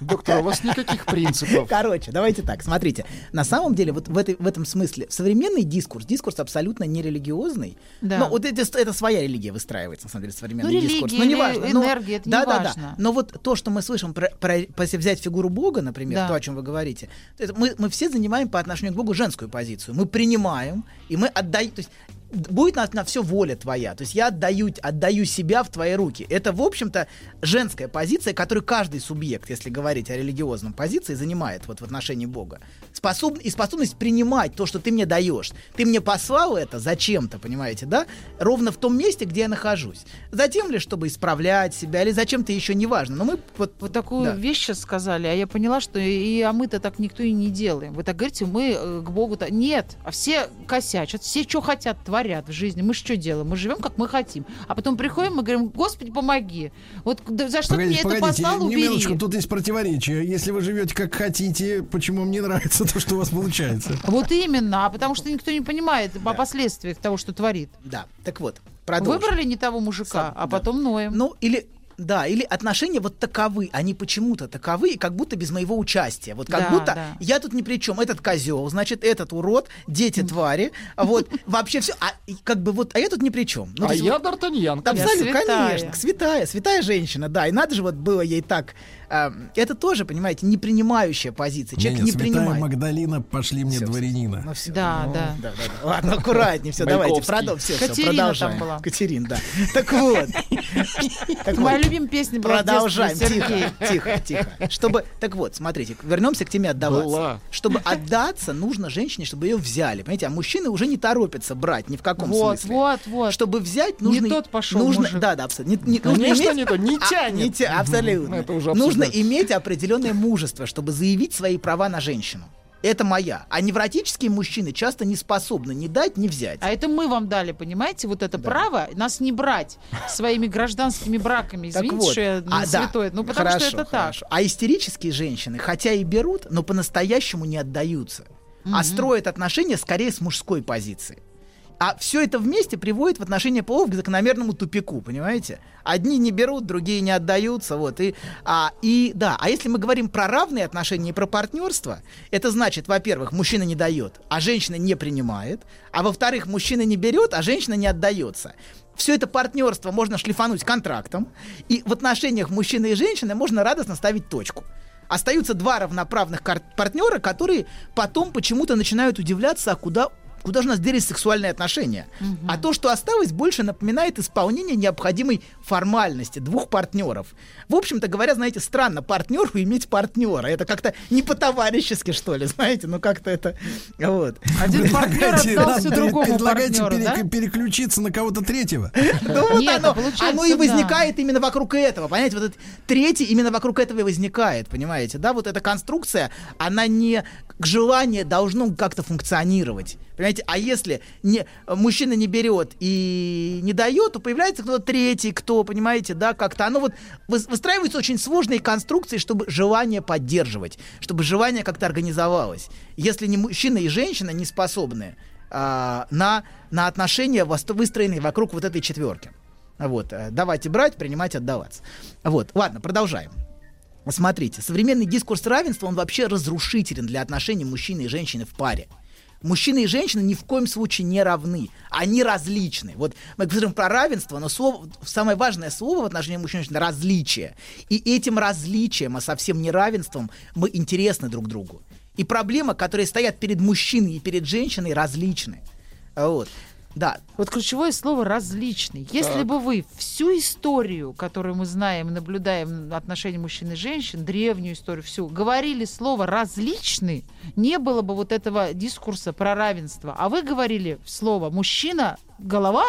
S4: Доктор, у вас никаких принципов.
S3: Короче, давайте так, смотрите. На самом деле, вот в, этой, в этом смысле, современный дискурс, дискурс абсолютно не религиозный.
S5: Да.
S3: Но Ну, вот это, это своя религия выстраивается, на самом деле, современный
S5: Ну,
S3: дискурс.
S5: религия
S3: Ну,
S5: или
S3: неважно. но-
S5: энергия, это
S3: да, да,
S5: неважно.
S3: да. Но вот то, что мы слышим, про, про- если взять фигуру Бога, например,
S5: Да.
S3: то, о чем вы говорите, то это мы, мы все занимаем по отношению к Богу женскую позицию. Мы принимаем, и мы отдаем... То есть, д- Будет на, на все воля твоя. То есть я отдаю, отдаю себя в твои руки. Это, в общем-то, женская позиция, которую каждый субъект, если говорить о религиозном позиции, занимает вот в отношении Бога. Способ, и способность принимать то, что ты мне даешь. Ты мне послал это зачем-то, понимаете, да? Ровно в том месте, где я нахожусь. Затем ли, чтобы исправлять себя, или зачем-то еще не важно. Но мы вот,
S5: Вот такую
S3: да.
S5: вещь сейчас сказали, а я поняла, что и, а мы-то так никто и не делаем. Вы так говорите, мы э, к Богу-то... Нет, а все косячат, все что хотят, творят в жизни. Мы что делаем? Мы живем, как мы хотим. А потом приходим и говорим, Господи, помоги. Вот да за что ты мне
S2: Погодите,
S5: это
S2: погодите,
S5: послал,
S2: не-
S5: убери.
S2: минуточку, тут есть противоречие. Если вы живете как хотите, почему мне нравится то, что у вас получается?
S5: Вот именно, а потому что никто не понимает о последствиях того, что творит.
S3: да. Так вот, продолжим.
S5: Выбрали не того мужика,
S3: Сам-
S5: а
S3: да.
S5: потом ноем.
S3: Ну, или да, или отношения вот таковы, они почему-то таковы, и как будто без моего участия. Вот как
S5: Да,
S3: будто
S5: да.
S3: я тут ни при чем. Этот козел, значит, этот урод, дети твари, вот вообще все. А и как бы вот, а я тут ни при чем.
S5: Ну,
S4: а я Д'Артаньян.
S5: Там-
S4: конечно.
S3: Абсолютно,
S5: святая.
S3: конечно. Святая, святая женщина, да. И надо же вот было ей так. эм, это тоже, понимаете, непринимающая позиция. Человек
S2: Не-не,
S3: не,
S2: святая
S3: принимает.
S2: Магдалина, пошли мне
S3: Всё,
S2: дворянина.
S3: Ну всё,
S5: Да,
S3: ну,
S5: да.
S3: да, да. Ладно, аккуратнее, все, давайте,
S4: Маяковский.
S3: продолжим. Все,
S5: Катерина
S3: продолжаем.
S5: там была.
S3: Катерин, да. Так вот. Так
S5: Моя
S3: вот.
S5: любимая песня была в детстве,
S3: Продолжаем.
S5: Сергей.
S3: Тихо, тихо, тихо. Чтобы, так вот, смотрите, вернемся к теме отдаваться.
S4: Была.
S3: Чтобы отдаться, нужно женщине, чтобы ее взяли. Понимаете, а мужчины уже не торопятся брать, ни в каком
S5: Вот,
S3: смысле.
S5: вот, вот.
S3: Чтобы взять, нужно...
S5: Не тот пошел
S3: нужно,
S5: мужик.
S3: Да, да, абсолютно. Не, не- нужно
S4: Конечно,
S3: иметь-
S4: не то, не
S3: а, не
S4: тянет.
S3: те- абсолютно.
S4: Это уже
S3: нужно
S4: обсуждать.
S3: иметь определенное мужество, чтобы заявить свои права на женщину. Это моя. А невротические мужчины часто не способны ни дать, ни взять.
S5: А это мы вам дали, понимаете, вот это
S3: Да.
S5: право нас не брать своими гражданскими браками.
S3: Так
S5: Извините,
S3: вот.
S5: что я
S3: А, да.
S5: святое. Ну, потому
S3: Хорошо,
S5: что это
S3: хорошо. А истерические женщины, хотя и берут, но по-настоящему не отдаются. А строят отношения скорее с мужской позиции. А все это вместе приводит в отношения полов к закономерному тупику, понимаете? Одни не берут, другие не отдаются, вот и а и да. А если мы говорим про равные отношения и про партнерство, это значит, во-первых, мужчина не дает, а женщина не принимает, а во-вторых, мужчина не берет, а женщина не отдается. Все это партнерство можно шлифануть контрактом, и в отношениях мужчины и женщины можно радостно ставить точку. Остаются два равноправных кар- партнера, которые потом почему-то начинают удивляться, а куда куда же нас делись сексуальные отношения. А то, что осталось, больше напоминает исполнение необходимой формальности двух партнеров. В общем-то говоря, знаете, странно партнеру иметь партнера. Это как-то не по-товарищески, что ли, знаете, ну как-то это... Вот.
S5: Один партнер отдал
S2: Предлагаете-
S5: все Ну, другому
S2: предлагаете
S5: партнеру, да?
S2: пере- переключиться на кого-то третьего?
S3: Ну вот
S5: Нет,
S3: оно,
S5: ну, получается,
S3: оно и
S5: да.
S3: возникает именно вокруг этого, понимаете, вот этот третий именно вокруг этого и возникает, понимаете, да, вот эта конструкция, она не к желание должно как-то функционировать, понимаете, а если не, мужчина не берет и не дает, то появляется кто-то третий, кто, понимаете, да, как-то оно вот выс- выстраиваются очень сложные конструкции, чтобы желание поддерживать, чтобы желание как-то организовалось. Если не мужчина и женщина не способны а, на, на отношения, вос- выстроенные вокруг вот этой четверки. Вот, э, давайте брать, принимать, отдаваться. Вот, ладно, продолжаем. Смотрите, современный дискурс равенства, он вообще разрушителен для отношений мужчины и женщины в паре. Мужчины и женщины ни в коем случае не равны, они различны. Вот мы говорим про равенство, но слово, самое важное слово в отношении мужчин и женщин – различие. И этим различием, а совсем не равенством, мы интересны друг другу. И проблемы, которые стоят перед мужчиной и перед женщиной, различны. Вот. Да,
S5: Вот ключевое слово «различный». Если бы вы всю историю, которую мы знаем, и наблюдаем отношения мужчин и женщин, древнюю историю всю, говорили слово «различный», не было бы вот этого дискурса про равенство. А вы говорили слово «мужчина» — голова,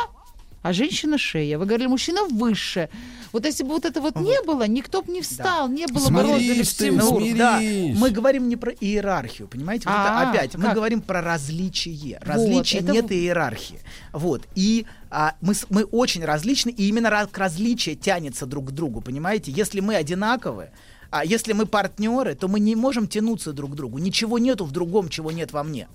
S5: а женщина — шея. Вы говорили «мужчина» — выше. Вот если бы вот это вот не было, никто бы не встал, не было бы розыгрыша
S2: Смирись ты,
S5: всему.
S3: Да,
S2: смирись.
S3: мы говорим не про иерархию, понимаете? Вот это
S5: А,
S3: опять, мы
S5: как?
S3: говорим про различие. Различия
S5: это
S3: нет
S5: вот.
S3: и иерархии. Вот. И а, мы, с- мы очень различны, и именно ра- к различие тянется друг к другу, понимаете? Если мы одинаковы, а если мы партнеры, то мы не можем тянуться друг к другу. Ничего нету в другом, чего нет во мне.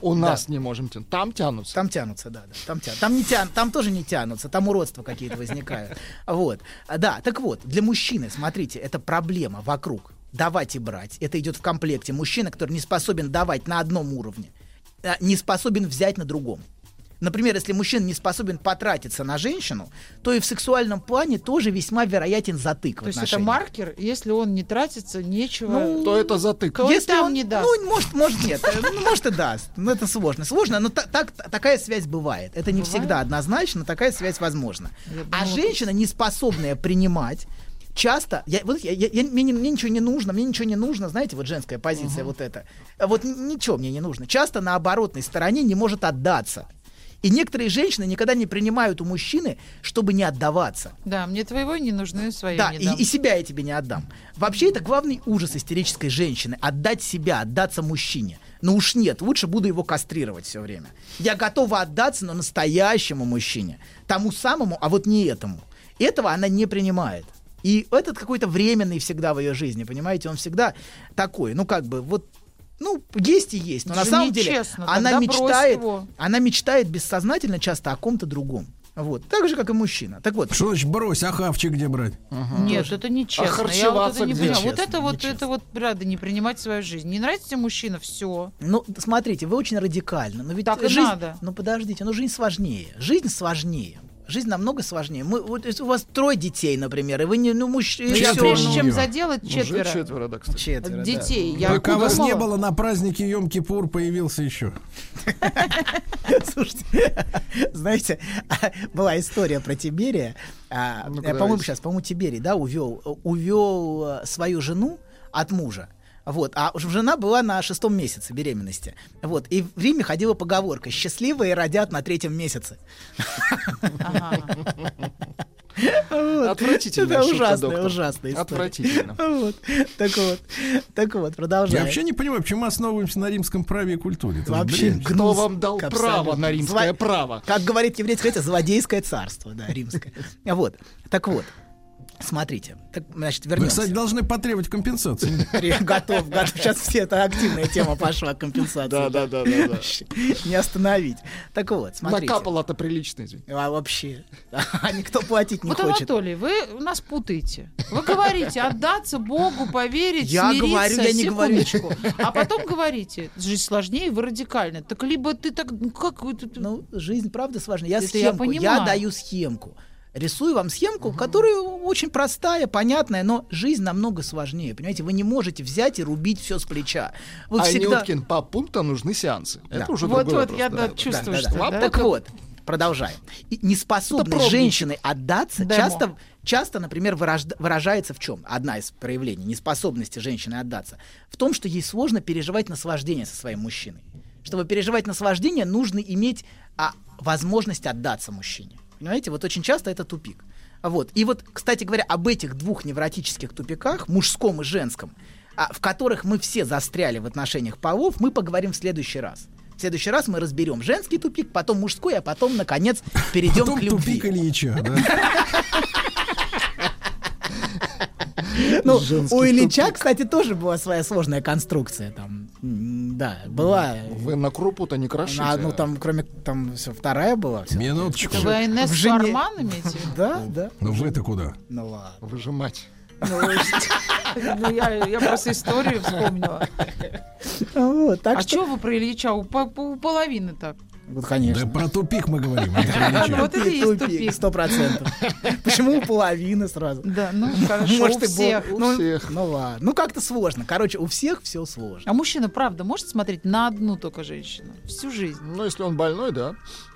S4: У нас не можем тянуть. Там тянутся.
S3: Там тянутся, да, да. Там, тя- там, не тян... там тоже не тянутся, там уродства какие-то возникают. Вот. А, Да, так вот, для мужчины, смотрите, это проблема вокруг. Давать и брать. Это идет в комплекте. Мужчина, который не способен давать на одном уровне, а, не способен взять на другом. Например, если мужчина не способен потратиться на женщину, то и в сексуальном плане тоже весьма вероятен затык. в
S5: То есть это
S3: отношениях.
S5: маркер, если он не тратится, нечего...
S4: Ну, То это затык.
S5: то и там не даст.
S3: Ну, может, может, нет. Э, ну, Может, и даст. Но это сложно. Сложно, но та- так, такая связь бывает. Это не
S5: Бывает?
S3: всегда однозначно, такая связь возможна.
S5: Я
S3: А
S5: думала,
S3: женщина, не способная принимать, часто, я, вот я- я- я- мне, не- мне ничего не нужно, мне ничего не нужно, знаете, вот женская позиция вот эта, Э, вот н- ничего мне не нужно. Часто на оборотной стороне не может отдаться. И некоторые женщины никогда не принимают у мужчины, чтобы не отдаваться.
S5: Да, мне твоего не нужно, и свое
S3: Да,
S5: не
S3: и,
S5: дам.
S3: и себя я тебе не отдам. Вообще, это главный ужас истерической женщины. Отдать себя, отдаться мужчине. Ну уж нет, лучше буду его кастрировать все время. Я готова отдаться, но настоящему мужчине. Тому самому, а вот не этому. Этого она не принимает. И этот какой-то временный всегда в ее жизни, понимаете? Он всегда такой, ну как бы, вот, ну, есть и есть. Но
S5: Это
S3: на
S5: же
S3: самом деле
S5: нечестно,
S3: она
S5: тогда брось
S3: мечтает,
S5: его.
S3: она мечтает бессознательно часто о ком-то другом. Вот. Так же, как и мужчина. Так вот,
S2: Что значит брось, а хавчик где брать?
S5: Нет, это
S4: А
S5: нечестно. Я вот
S4: харчеваться
S5: это не
S4: где?
S5: понимаю. Вот
S3: Нечестно,
S5: это вот,
S3: нечестно.
S5: это вот, правда, не принимать в свою жизнь. Не нравится тебе мужчина, все.
S3: Ну, смотрите, вы очень радикально. Но ведь
S5: Так и
S3: жизнь...
S5: надо.
S3: Ну, подождите, ну жизнь сложнее. Жизнь сложнее. Жизнь намного сложнее. Мы, вот, если у вас трое детей, например, и вы не, ну, мужчина,
S4: Четверо.
S5: прежде чем
S4: Мужик
S5: заделать четверо,
S4: Мужик четверо, да, кстати.
S3: четверо, да.
S5: детей, я
S2: Пока а вас
S5: подумала,
S2: не было, на празднике Йом-Кипур появился еще.
S3: Слушайте, знаете, а, была история про Тиберия. А,
S4: Ну-ка,
S3: я, по-моему,
S4: давайте.
S3: сейчас, по-моему, Тиберий, да, увел, увел э, свою жену от мужа. Вот, а уж жена была на шестом месяце беременности. Вот, и в Риме ходила поговорка «счастливые родят на третьем месяце».
S5: ага.
S4: Отвратительно.
S3: Это ужасная, ужасная история.
S4: Отвратительно.
S3: Вот, так вот, так вот,
S2: Я
S3: продолжаем.
S2: вообще не понимаю, почему основываемся на римском праве и культуре. Это же
S3: Вообще
S2: дрянь.
S4: Кто
S3: гнус,
S4: вам дал
S3: как
S4: право
S3: абсолютно.
S4: на римское
S3: Зва-
S4: право?
S3: Как говорит еврейское это злодейское царство, да, римское. Вот, так вот, смотрите, так, значит,
S2: Вы,
S3: вернемся.
S2: кстати, должны потребовать компенсацию.
S3: Ре- Готов, готов. Сейчас все это активная тема пошла, компенсация.
S4: Да, да, да, да. да.
S3: Вообще, Не остановить. Так вот, смотрите.
S4: Накапало-то прилично, извини.
S3: А вообще, а никто платить не
S5: Вот,
S3: хочет.
S5: Анатолий, вы нас путаете. Вы говорите отдаться Богу, поверить,
S3: Я
S5: смириться,
S3: говорю, я не говорю.
S5: секундочку. А потом говорите, жизнь сложнее, вы радикально. Так либо ты так, ну как вы тут...
S3: Ну, жизнь, правда, сложная. Я
S5: Это я
S3: схемку, я
S5: понимаю.
S3: даю схемку. рисую вам схемку, которая очень простая, понятная, но жизнь намного сложнее. Понимаете, вы не можете взять и рубить все с плеча. Вы
S4: а
S3: всегда...
S4: Нюткин, по пунктам нужны сеансы. Это
S3: Да.
S4: уже
S5: Вот,
S4: другой
S5: вот, я
S4: вопрос, да.
S5: да, чувствую,
S3: Да, да,
S5: что...
S3: да.
S5: да,
S3: Так
S5: это-
S3: вот, продолжаем. И
S5: Это
S3: неспособность
S5: пробничек.
S3: женщины отдаться
S5: Демо.
S3: часто, часто, например, выраж- выражается в чем? Одна из проявлений неспособности женщины отдаться в том, что ей сложно переживать наслаждение со своим мужчиной. Чтобы переживать наслаждение, нужно иметь а, возможность отдаться мужчине. Понимаете, вот очень часто это тупик. Вот. И вот, кстати говоря, об этих двух невротических тупиках, мужском и женском, а, в которых мы все застряли в отношениях полов, мы поговорим в следующий раз. В следующий раз мы разберем женский тупик, потом мужской, а потом, наконец, перейдем
S2: Потом
S3: к любви.
S2: тупик Ильича. да.
S3: Ну,
S4: Женский
S3: у Ильича,
S4: тупик.
S3: кстати, тоже была своя сложная конструкция. Там, М, да, была.
S4: Вы на крупу-то не крошите.
S3: А, ну, там, кроме, там, всё, вторая была. всё.
S2: Минуточку.
S5: Это вы Инессу
S3: в жене-
S5: Арман имеете? в виду?
S3: Да, да.
S2: Ну вы-то куда?
S3: Ну, ладно.
S4: Выжимать.
S5: Ну, я, я просто историю вспомнила.
S3: Вот, так
S5: а
S3: что...
S5: чего вы про Ильича? У, по- по- у половины так.
S3: Вот,
S2: Да
S3: конечно.
S2: про тупик мы говорим. а не про Ильича.
S5: вот это и есть тупик.
S3: сто процентов. Почему половина сразу?
S5: Да, ну хорошо,
S3: Может,
S5: у
S3: и
S5: всех.
S4: У
S3: Ну,
S4: всех.
S3: Ну ладно. Ну как-то сложно. Короче, у всех все сложно.
S5: А мужчина, правда, может смотреть на одну только женщину? Всю жизнь.
S4: Ну, если он больной, да.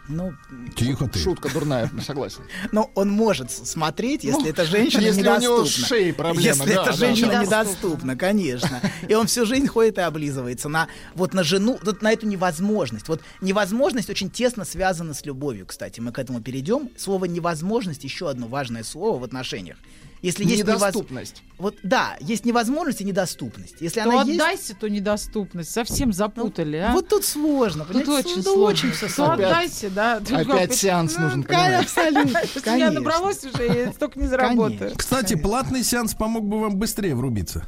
S3: Ну,
S2: Тихо ты.
S4: Шутка дурная, согласен.
S3: но он может с- смотреть,
S5: Ну,
S3: если эта женщина
S4: Если у него
S3: недоступна.
S4: с шеей проблема,
S3: Если
S4: да,
S3: эта
S4: да,
S3: женщина
S5: да.
S3: недоступна, конечно. И он всю жизнь ходит и облизывается на вот на жену, вот на эту невозможность. Вот невозможность очень тесно связана с любовью, кстати. Мы к этому перейдем. Слово невозможность еще одно важное слово в отношениях. Если есть невоз-
S4: Недоступность.
S3: Вот да, есть невозможность и недоступность. Если
S5: То
S3: она есть, Ну,
S5: отдайся, то недоступность. Совсем запутали, а?
S3: вот тут сложно.
S5: Тут
S3: понимаете?
S5: очень
S3: Да
S5: сложно.
S3: очень всё
S5: То
S3: сложно.
S5: отдайся, да. Тут
S4: Опять
S5: как-
S4: сеанс
S5: Ну,
S4: нужен,
S5: конечно.
S4: понимаешь?
S3: Абсолютно.
S5: Что-то Я
S3: конечно.
S5: набралась уже, я столько не заработаю.
S2: Кстати, платный сеанс помог бы вам быстрее врубиться.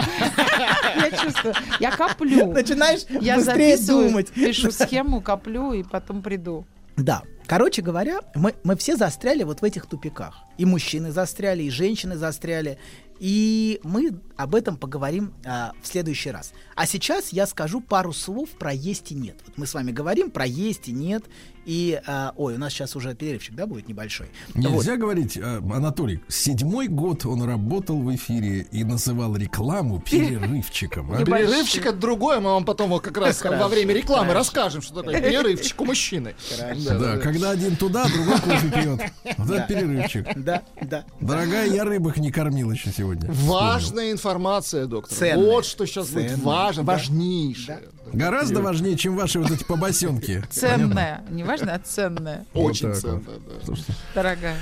S5: Я чувствую, я коплю.
S3: Начинаешь
S5: Я
S3: быстрее
S5: записываю,
S3: думать.
S5: пишу схему, коплю и потом приду.
S3: Да. Короче говоря, мы, мы все застряли вот в этих тупиках. И мужчины застряли, и женщины застряли. И мы об этом поговорим а, в следующий раз. А сейчас я скажу пару слов про есть и нет. Вот мы с вами говорим про есть и нет. И, а, ой, у нас сейчас уже перерывчик, да, будет небольшой? Вот.
S2: Нельзя говорить, э, Анатолий, седьмой год он работал в эфире и называл рекламу перерывчиком. а?
S4: Перерывчик это другое, мы вам потом вот как раз во
S3: Хорошо,
S4: время рекламы расскажем, что такое перерывчик у мужчины. Да,
S2: Да,
S4: да.
S2: когда один туда, другой кофе пьет. Вот это перерывчик.
S3: Да, да.
S2: Дорогая, я рыбок не кормил еще сегодня. Вспомнил.
S4: Важная информация, доктор.
S3: Ценная.
S4: Вот что сейчас будет
S3: Ценная.
S4: важно, важнейшее.
S2: Гораздо важнее, чем ваши вот эти побосенки.
S5: Ценная, не важно, а ценная,
S4: Очень
S2: Вот так вот.
S4: ценно. да.
S5: дорогая.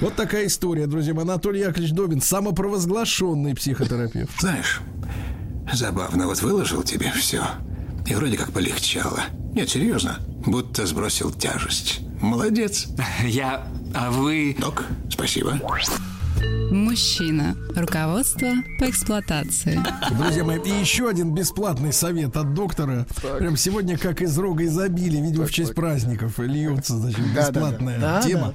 S2: Вот такая история, друзья. мои. Анатолий Яковлевич Добин, самопровозглашенный психотерапевт.
S7: Знаешь, забавно, вот выложил тебе все. И вроде как полегчало. Нет, серьезно, будто сбросил тяжесть. Молодец.
S6: Я... А вы...
S7: Док, спасибо.
S1: Мужчина. Руководство по эксплуатации.
S2: Друзья мои, и еще один бесплатный совет от доктора. Прям сегодня, как из рога изобилия, видимо, в честь праздников льется, значит, бесплатная
S3: Да, да.
S2: тема.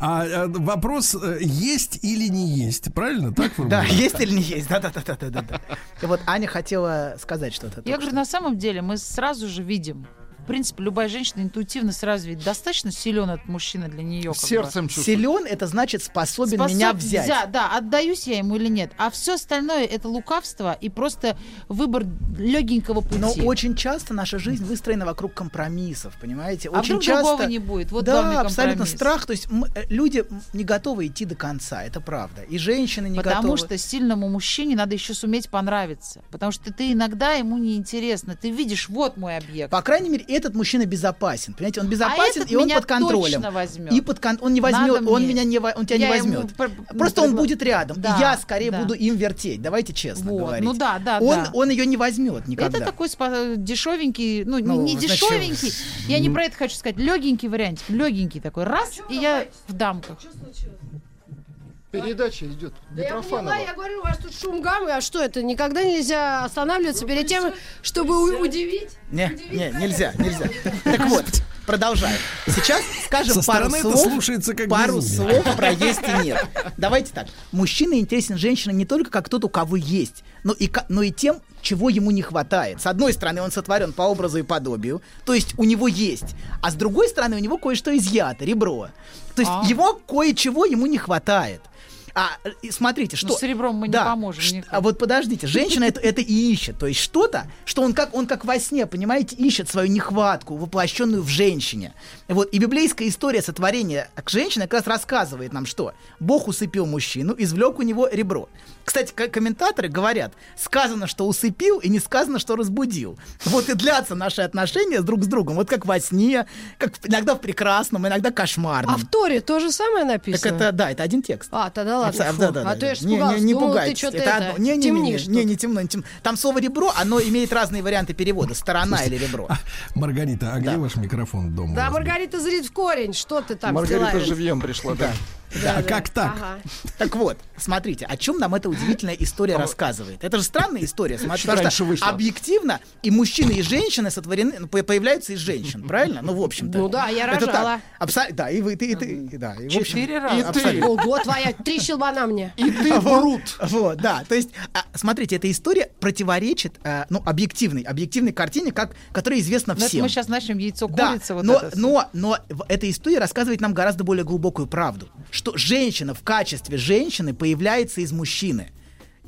S2: А, э, вопрос, э, есть или не есть, правильно? Так
S3: Да,
S2: формулировать?
S3: есть или не есть? Да, да, да, да, да, да, да. И Вот Аня хотела сказать что-то.
S5: Я
S3: только
S5: говорю, на самом деле мы сразу же видим. В принципе, любая женщина интуитивно сразу видит, достаточно силен этот мужчина для нее.
S4: Сердцем
S3: что.
S4: чувствую.
S3: Силен это значит способен, меня взять.
S5: да, отдаюсь я ему или нет. А все остальное это лукавство и просто выбор легенького пути.
S3: Но очень часто наша жизнь выстроена вокруг компромиссов, понимаете?
S5: а
S3: очень
S5: вдруг
S3: часто...
S5: другого не будет. Вот главный
S3: да,
S5: компромисс.
S3: абсолютно страх. То есть м- э, люди м, не готовы идти до конца, это правда. И женщины не
S5: Потому
S3: готовы.
S5: что сильному мужчине надо еще суметь понравиться. Потому что ты иногда ему неинтересно. Ты видишь, вот мой объект.
S3: По крайней мере, этот мужчина безопасен, понимаете? Он безопасен
S5: этот
S3: и он
S5: меня
S3: под контролем.
S5: точно возьмет.
S3: И под кон- он не возьмет,
S5: Надо
S3: он
S5: мне.
S3: меня не во- он тебя
S5: Я
S3: не
S5: ему
S3: возьмет.
S5: пр-
S3: Просто он
S5: предла-
S3: будет рядом,
S5: Да,
S3: и я скорее
S5: да.
S3: буду им вертеть. Давайте честно
S5: Вот,
S3: говорить.
S5: ну да, да,
S3: он,
S5: да.
S3: он ее не возьмет никогда.
S5: Это такой спа- дешевенький, ну, не-
S3: Ну,
S5: не,
S3: значит,
S5: дешевенький, я не про это хочу сказать, легенький вариантик, легенький такой, раз, и я в дамках.
S4: Передача идет. Митрофанова.
S8: я говорю, у вас тут шум гаммы, а что это? Никогда нельзя
S5: Ну,
S8: останавливаться перед тем, чтобы у- удивить.
S3: Не, не, нельзя, нельзя. Так вот, продолжаем. Сейчас скажем
S2: Со
S3: пару
S2: стороны это
S3: слов,
S2: слушается как
S3: пару
S2: безумие.
S3: слов про есть и нет. Давайте так. Мужчина интересен женщина не только как тот, у кого есть, но и, ка- но и тем, чего ему не хватает. С одной стороны, он сотворен по образу и подобию, то есть у него есть, а с другой стороны, у него кое-что изъято, ребро. То есть
S5: А.
S3: его кое-чего ему не хватает. А э, и смотрите, что...
S5: Ну, с ребром мы не
S3: Да.
S5: поможем
S3: Ш-
S5: никак.
S3: А вот подождите, женщина это, это и ищет. То есть что-то, что он как, он как во сне, понимаете, ищет свою нехватку, воплощенную в женщине. Вот, и библейская история сотворения к женщине как раз рассказывает нам, что Бог усыпил мужчину, извлек у него ребро. Кстати, к- комментаторы говорят, сказано, что усыпил, и не сказано, что разбудил. Вот и длятся наши отношения друг с другом, вот как во сне, как иногда в прекрасном, иногда кошмарном.
S8: А в Торе то же самое
S3: Так
S8: написано?
S3: это, да, это один текст.
S8: А, тогда ладно.
S3: Абсо-
S8: фу.
S3: Э, да, да, да,
S8: а то я ж
S3: не,
S8: испугалась,
S3: не, не
S8: думала,
S3: пугайтесь.
S8: ты что-то
S3: Это
S8: это,
S3: одно- не, не, не,
S8: темнишь
S3: не, не,
S8: тут.
S3: не темно, не темно. Там слово ребро, оно имеет разные варианты перевода. Сторона или ребро.
S2: А, Маргарита, а где
S3: Да.
S2: ваш микрофон дома?
S8: Да,
S2: у вас?
S8: Маргарита зрит в корень, что ты там
S4: Маргарита
S8: сделаешь?
S4: живьем пришла, да.
S8: Да, да.
S2: А как так?
S8: Ага.
S3: Так вот, смотрите, о чем нам эта удивительная история
S8: А
S3: рассказывает. Это же странная история, смотрите,
S4: Раньше
S3: потому что
S4: вышла.
S3: объективно и мужчины, и женщины сотворены, ну, по- появляются из женщин, правильно? Ну, в общем-то.
S8: Ну да, я
S3: Это так.
S8: рожала.
S3: Абсо- Да, и вы, и ты, и ты, и да. и в общем-
S5: Четыре раза.
S4: И ты,
S3: Абсолютно.
S8: Ого, твоя, три щелбана мне.
S4: и ты брут.
S3: Вот, да. То есть, а, смотрите, эта история противоречит, а, ну, объективной, объективной картине, как, которая известна
S8: Ну,
S5: Но Ну, это
S3: всем.
S5: мы сейчас начнем яйцо
S3: Да,
S5: курица. вот
S3: но,
S5: это всё.
S3: но, но в- эта история рассказывает нам гораздо более глубокую правду, что женщина в качестве женщины появляется из мужчины.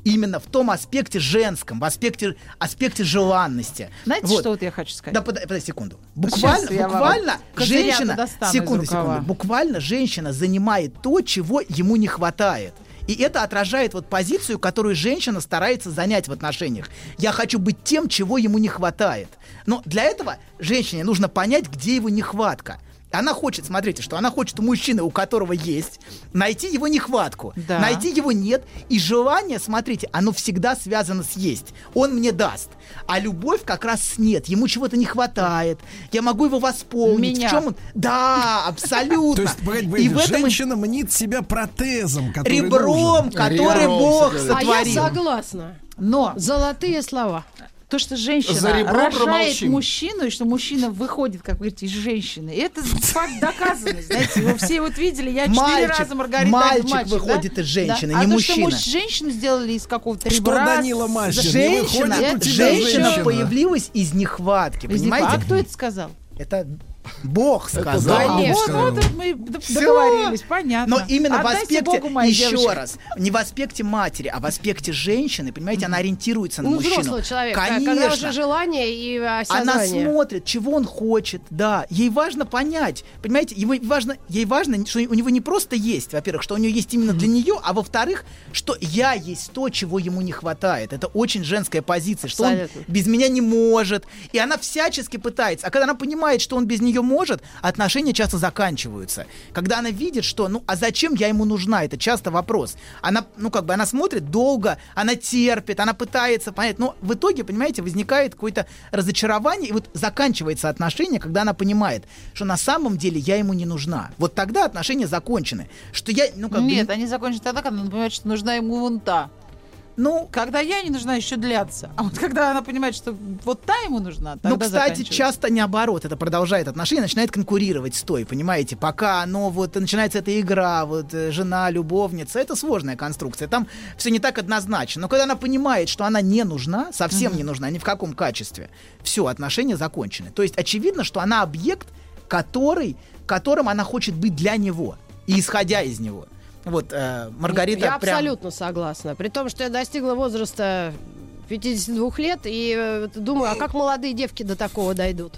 S3: Именно в том аспекте женском, в аспекте, аспекте желанности.
S5: Знаете,
S3: Вот.
S5: что вот я хочу сказать?
S3: Да, под- подожди секунду. Буквально,
S5: я вам
S3: буквально
S5: козыря-то
S3: женщина,
S5: достану
S3: секунду,
S5: из рукава.
S3: секунду, буквально женщина занимает то, чего ему не хватает. И это отражает вот позицию, которую женщина старается занять в отношениях. Я хочу быть тем, чего ему не хватает. Но для этого женщине нужно понять, где его нехватка. Она хочет, смотрите, что она хочет у мужчины, у которого есть, найти его нехватку,
S5: Да.
S3: найти его нет. И желание, смотрите, оно всегда связано с есть. Он мне даст. А любовь как раз с нет. Ему чего-то не хватает. Я могу его восполнить.
S5: Меня.
S3: В чем он? Да, абсолютно.
S2: То есть, погоди, погоди,
S3: и в этом и-
S2: женщина мнит себя протезом, который
S3: ребром,
S2: нужен.
S3: который
S4: Ребром,
S3: Бог
S4: согласен.
S8: А я
S3: сотворил.
S8: согласна.
S5: Но
S8: Золотые слова.
S5: то, что женщина
S4: За ребро
S5: рожает
S4: промолчим.
S5: мужчину, и что мужчина выходит, как говорите, из женщины, и это факт доказанный. Знаете, вы все вот видели, я четыре
S3: Мальчик-
S5: раза Маргарита
S3: мальчик
S5: Альмачик, да?
S3: выходит из женщины,
S5: Да.
S3: не
S5: а
S3: мужчина.
S5: то, что муж- женщину сделали из какого-то
S2: Что
S5: ребра.
S2: Данила Мастер? не
S3: Женщина,
S2: выходит у тебя
S3: женщина
S2: женщина.
S3: появилась из нехватки,
S5: из него.
S3: понимаете?
S5: А кто это сказал?
S3: Это Бог сказал.
S4: да,
S5: А,
S4: Бог
S5: вот,
S2: сказал.
S5: вот это мы д-
S3: Всё.
S5: договорились, понятно.
S3: Но именно в
S5: Отдайте
S3: аспекте,
S5: Богу, моя
S3: еще
S5: девочка.
S3: раз, не в аспекте матери, а в аспекте женщины, понимаете, она ориентируется на
S8: Ну,
S3: мужчину.
S8: взрослого человека,
S3: Конечно.
S8: когда уже желание и
S3: Она
S8: осязание.
S3: смотрит, чего он хочет, да. Ей важно понять, понимаете, его важно, ей важно, что у него не просто есть, во-первых, что у нее есть именно для нее, а во-вторых, что я есть то, чего ему не хватает. Это очень женская позиция, что он
S8: Абсолютно.
S3: без меня не может. И она всячески пытается. А когда она понимает, что он без нее может, отношения часто заканчиваются. Когда она видит, что, ну, а зачем я ему нужна? Это часто вопрос. Она, ну, как бы, она смотрит долго, она терпит, она пытается понять. Но в итоге, понимаете, возникает какое-то разочарование, и вот заканчивается отношение, когда она понимает, что на самом деле я ему не нужна. Вот тогда отношения закончены. Что я, ну, как
S5: Нет,
S3: бы...
S5: они закончат тогда, когда она понимает, что нужна ему вон та.
S3: Ну,
S5: Когда я не нужна, еще длятся. А вот когда она понимает, что вот та ему нужна, тогда
S3: Ну, кстати,
S5: заканчивается.
S3: часто наоборот, это продолжает отношения, начинает конкурировать с той, понимаете, пока оно вот начинается эта игра, вот э, жена, любовница, это сложная конструкция, там все не так однозначно, но когда она понимает, что она не нужна, совсем не нужна, ни в каком качестве, все, отношения закончены. То есть очевидно, что она объект, который, которым она хочет быть для него, и исходя из него. Вот э, Маргарита
S8: Я
S3: прям...
S8: абсолютно согласна. При том, что я достигла возраста 52 лет и э, думаю, а как молодые девки до такого дойдут?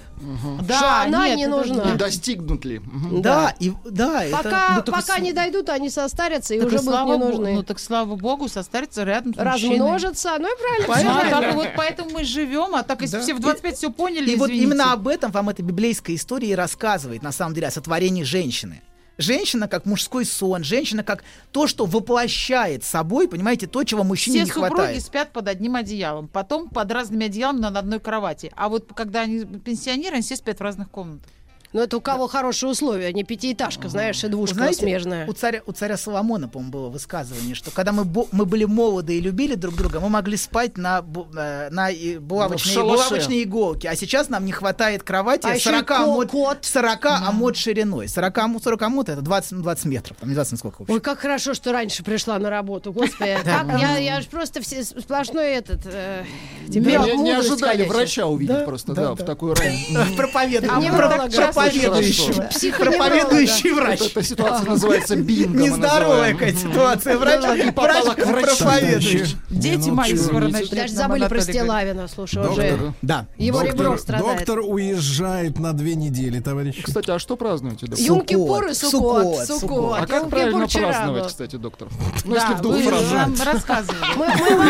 S5: Да,
S8: Что она
S5: нет,
S8: не
S5: это-
S8: нужна.
S4: И достигнут ли? Мгм.
S3: Да, и, да, это-
S8: Пока,
S5: Ну, так и
S8: пока
S5: с-
S8: не дойдут, они состарятся и
S5: Так
S8: уже
S5: и
S8: будут
S5: слава
S8: не
S5: богу.
S8: нужны.
S5: Ну так слава богу, состарится рядом с мужчиной.
S8: Размножатся, ну и правильно.
S5: Ну,
S8: всё
S5: а
S8: правильно.
S5: так вот поэтому мы живем, а так если все в 25 все поняли,
S3: И вот
S5: извините.
S3: именно об этом вам эта библейская история и рассказывает, на самом деле, о сотворении женщины. Женщина как мужской сон, женщина как то, что воплощает собой, понимаете, то, чего мужчине
S5: все
S3: не
S5: супруги
S3: хватает.
S5: спят под одним одеялом, потом под разными одеялами, но на одной кровати. А вот когда они пенсионеры, они все спят в разных комнатах.
S8: Но это у кого хорошие условия, не пятиэтажка, знаешь, и двушка
S3: Знаете,
S8: смежная.
S3: У царя, у царя Соломона, по-моему, было высказывание, что когда мы, бо- мы были молоды и любили друг друга, мы могли спать на, бу- э, на и- булавочной,
S5: Ну, в шалаше.
S3: булавочной иголке. А сейчас нам не хватает кровати
S8: А еще и
S3: 40
S8: ко-
S3: амод,
S8: кот.
S3: 40 амод шириной. 40, амод- 40 амод это 20, 20 метров. Там не 20 сколько вообще.
S8: Ой, как хорошо, что раньше пришла на работу. Господи, как я, я ж просто все- сплошной этот... э, теперь
S4: Не, не
S8: мудрость
S4: ожидали
S8: ходячая.
S4: врача увидеть
S3: Да,
S4: просто,
S3: да,
S4: да,
S3: да.
S4: в такую рань.
S3: Проповедующий.
S8: А мы так часто
S3: Проповедующий.
S4: слышим.
S8: Психоневролога.
S3: Проповедующий врач.
S4: Эта эта
S8: А,
S4: ситуация называется бинго. мы
S3: Нездоровая
S4: называем.
S3: какая ситуация. Врач,
S4: Да, и попала
S3: врач
S4: к врачу.
S3: проповедующий.
S5: Дети мои скоро начнут.
S8: Даже
S5: на
S8: забыли про
S5: Анатолия говорить.
S8: Стилавина, слушай,
S2: Доктор,
S8: уже.
S3: Да.
S8: Его ребро
S2: доктор,
S8: страдает.
S2: доктор уезжает на две недели, товарищи.
S4: Кстати, а что празднуете? доктор?
S8: Юм-Кипур и Суккот.
S3: Суккот,
S8: Суккот.
S3: Суккот.
S4: А как
S8: Йом-Кипур
S4: правильно
S8: вчера
S4: праздновать,
S8: был.
S4: кстати, доктор? Ну, если
S5: Да,
S4: в двух
S5: вы же
S4: фразах.
S5: нам рассказывали.
S8: Мы- мы вам-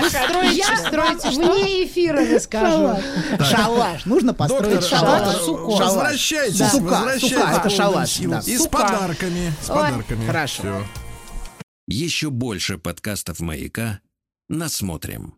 S5: Вы строите,
S8: Я вам
S5: строите, что?
S8: вне эфира расскажу.
S3: Шалаш. Нужно
S2: Доктор,
S3: построить
S2: доктор,
S3: шалаш. Шалаш.
S2: возвращайтесь,
S3: Да. Сука,
S2: возвращайтесь.
S3: сука, это
S2: в полную
S3: шалаш,
S2: силу.
S3: да.
S2: И с
S5: Сука.
S2: подарками, с
S8: Ой,
S2: подарками.
S3: хорошо.
S2: Всё.
S9: Еще больше подкастов «Маяка» насмотрим.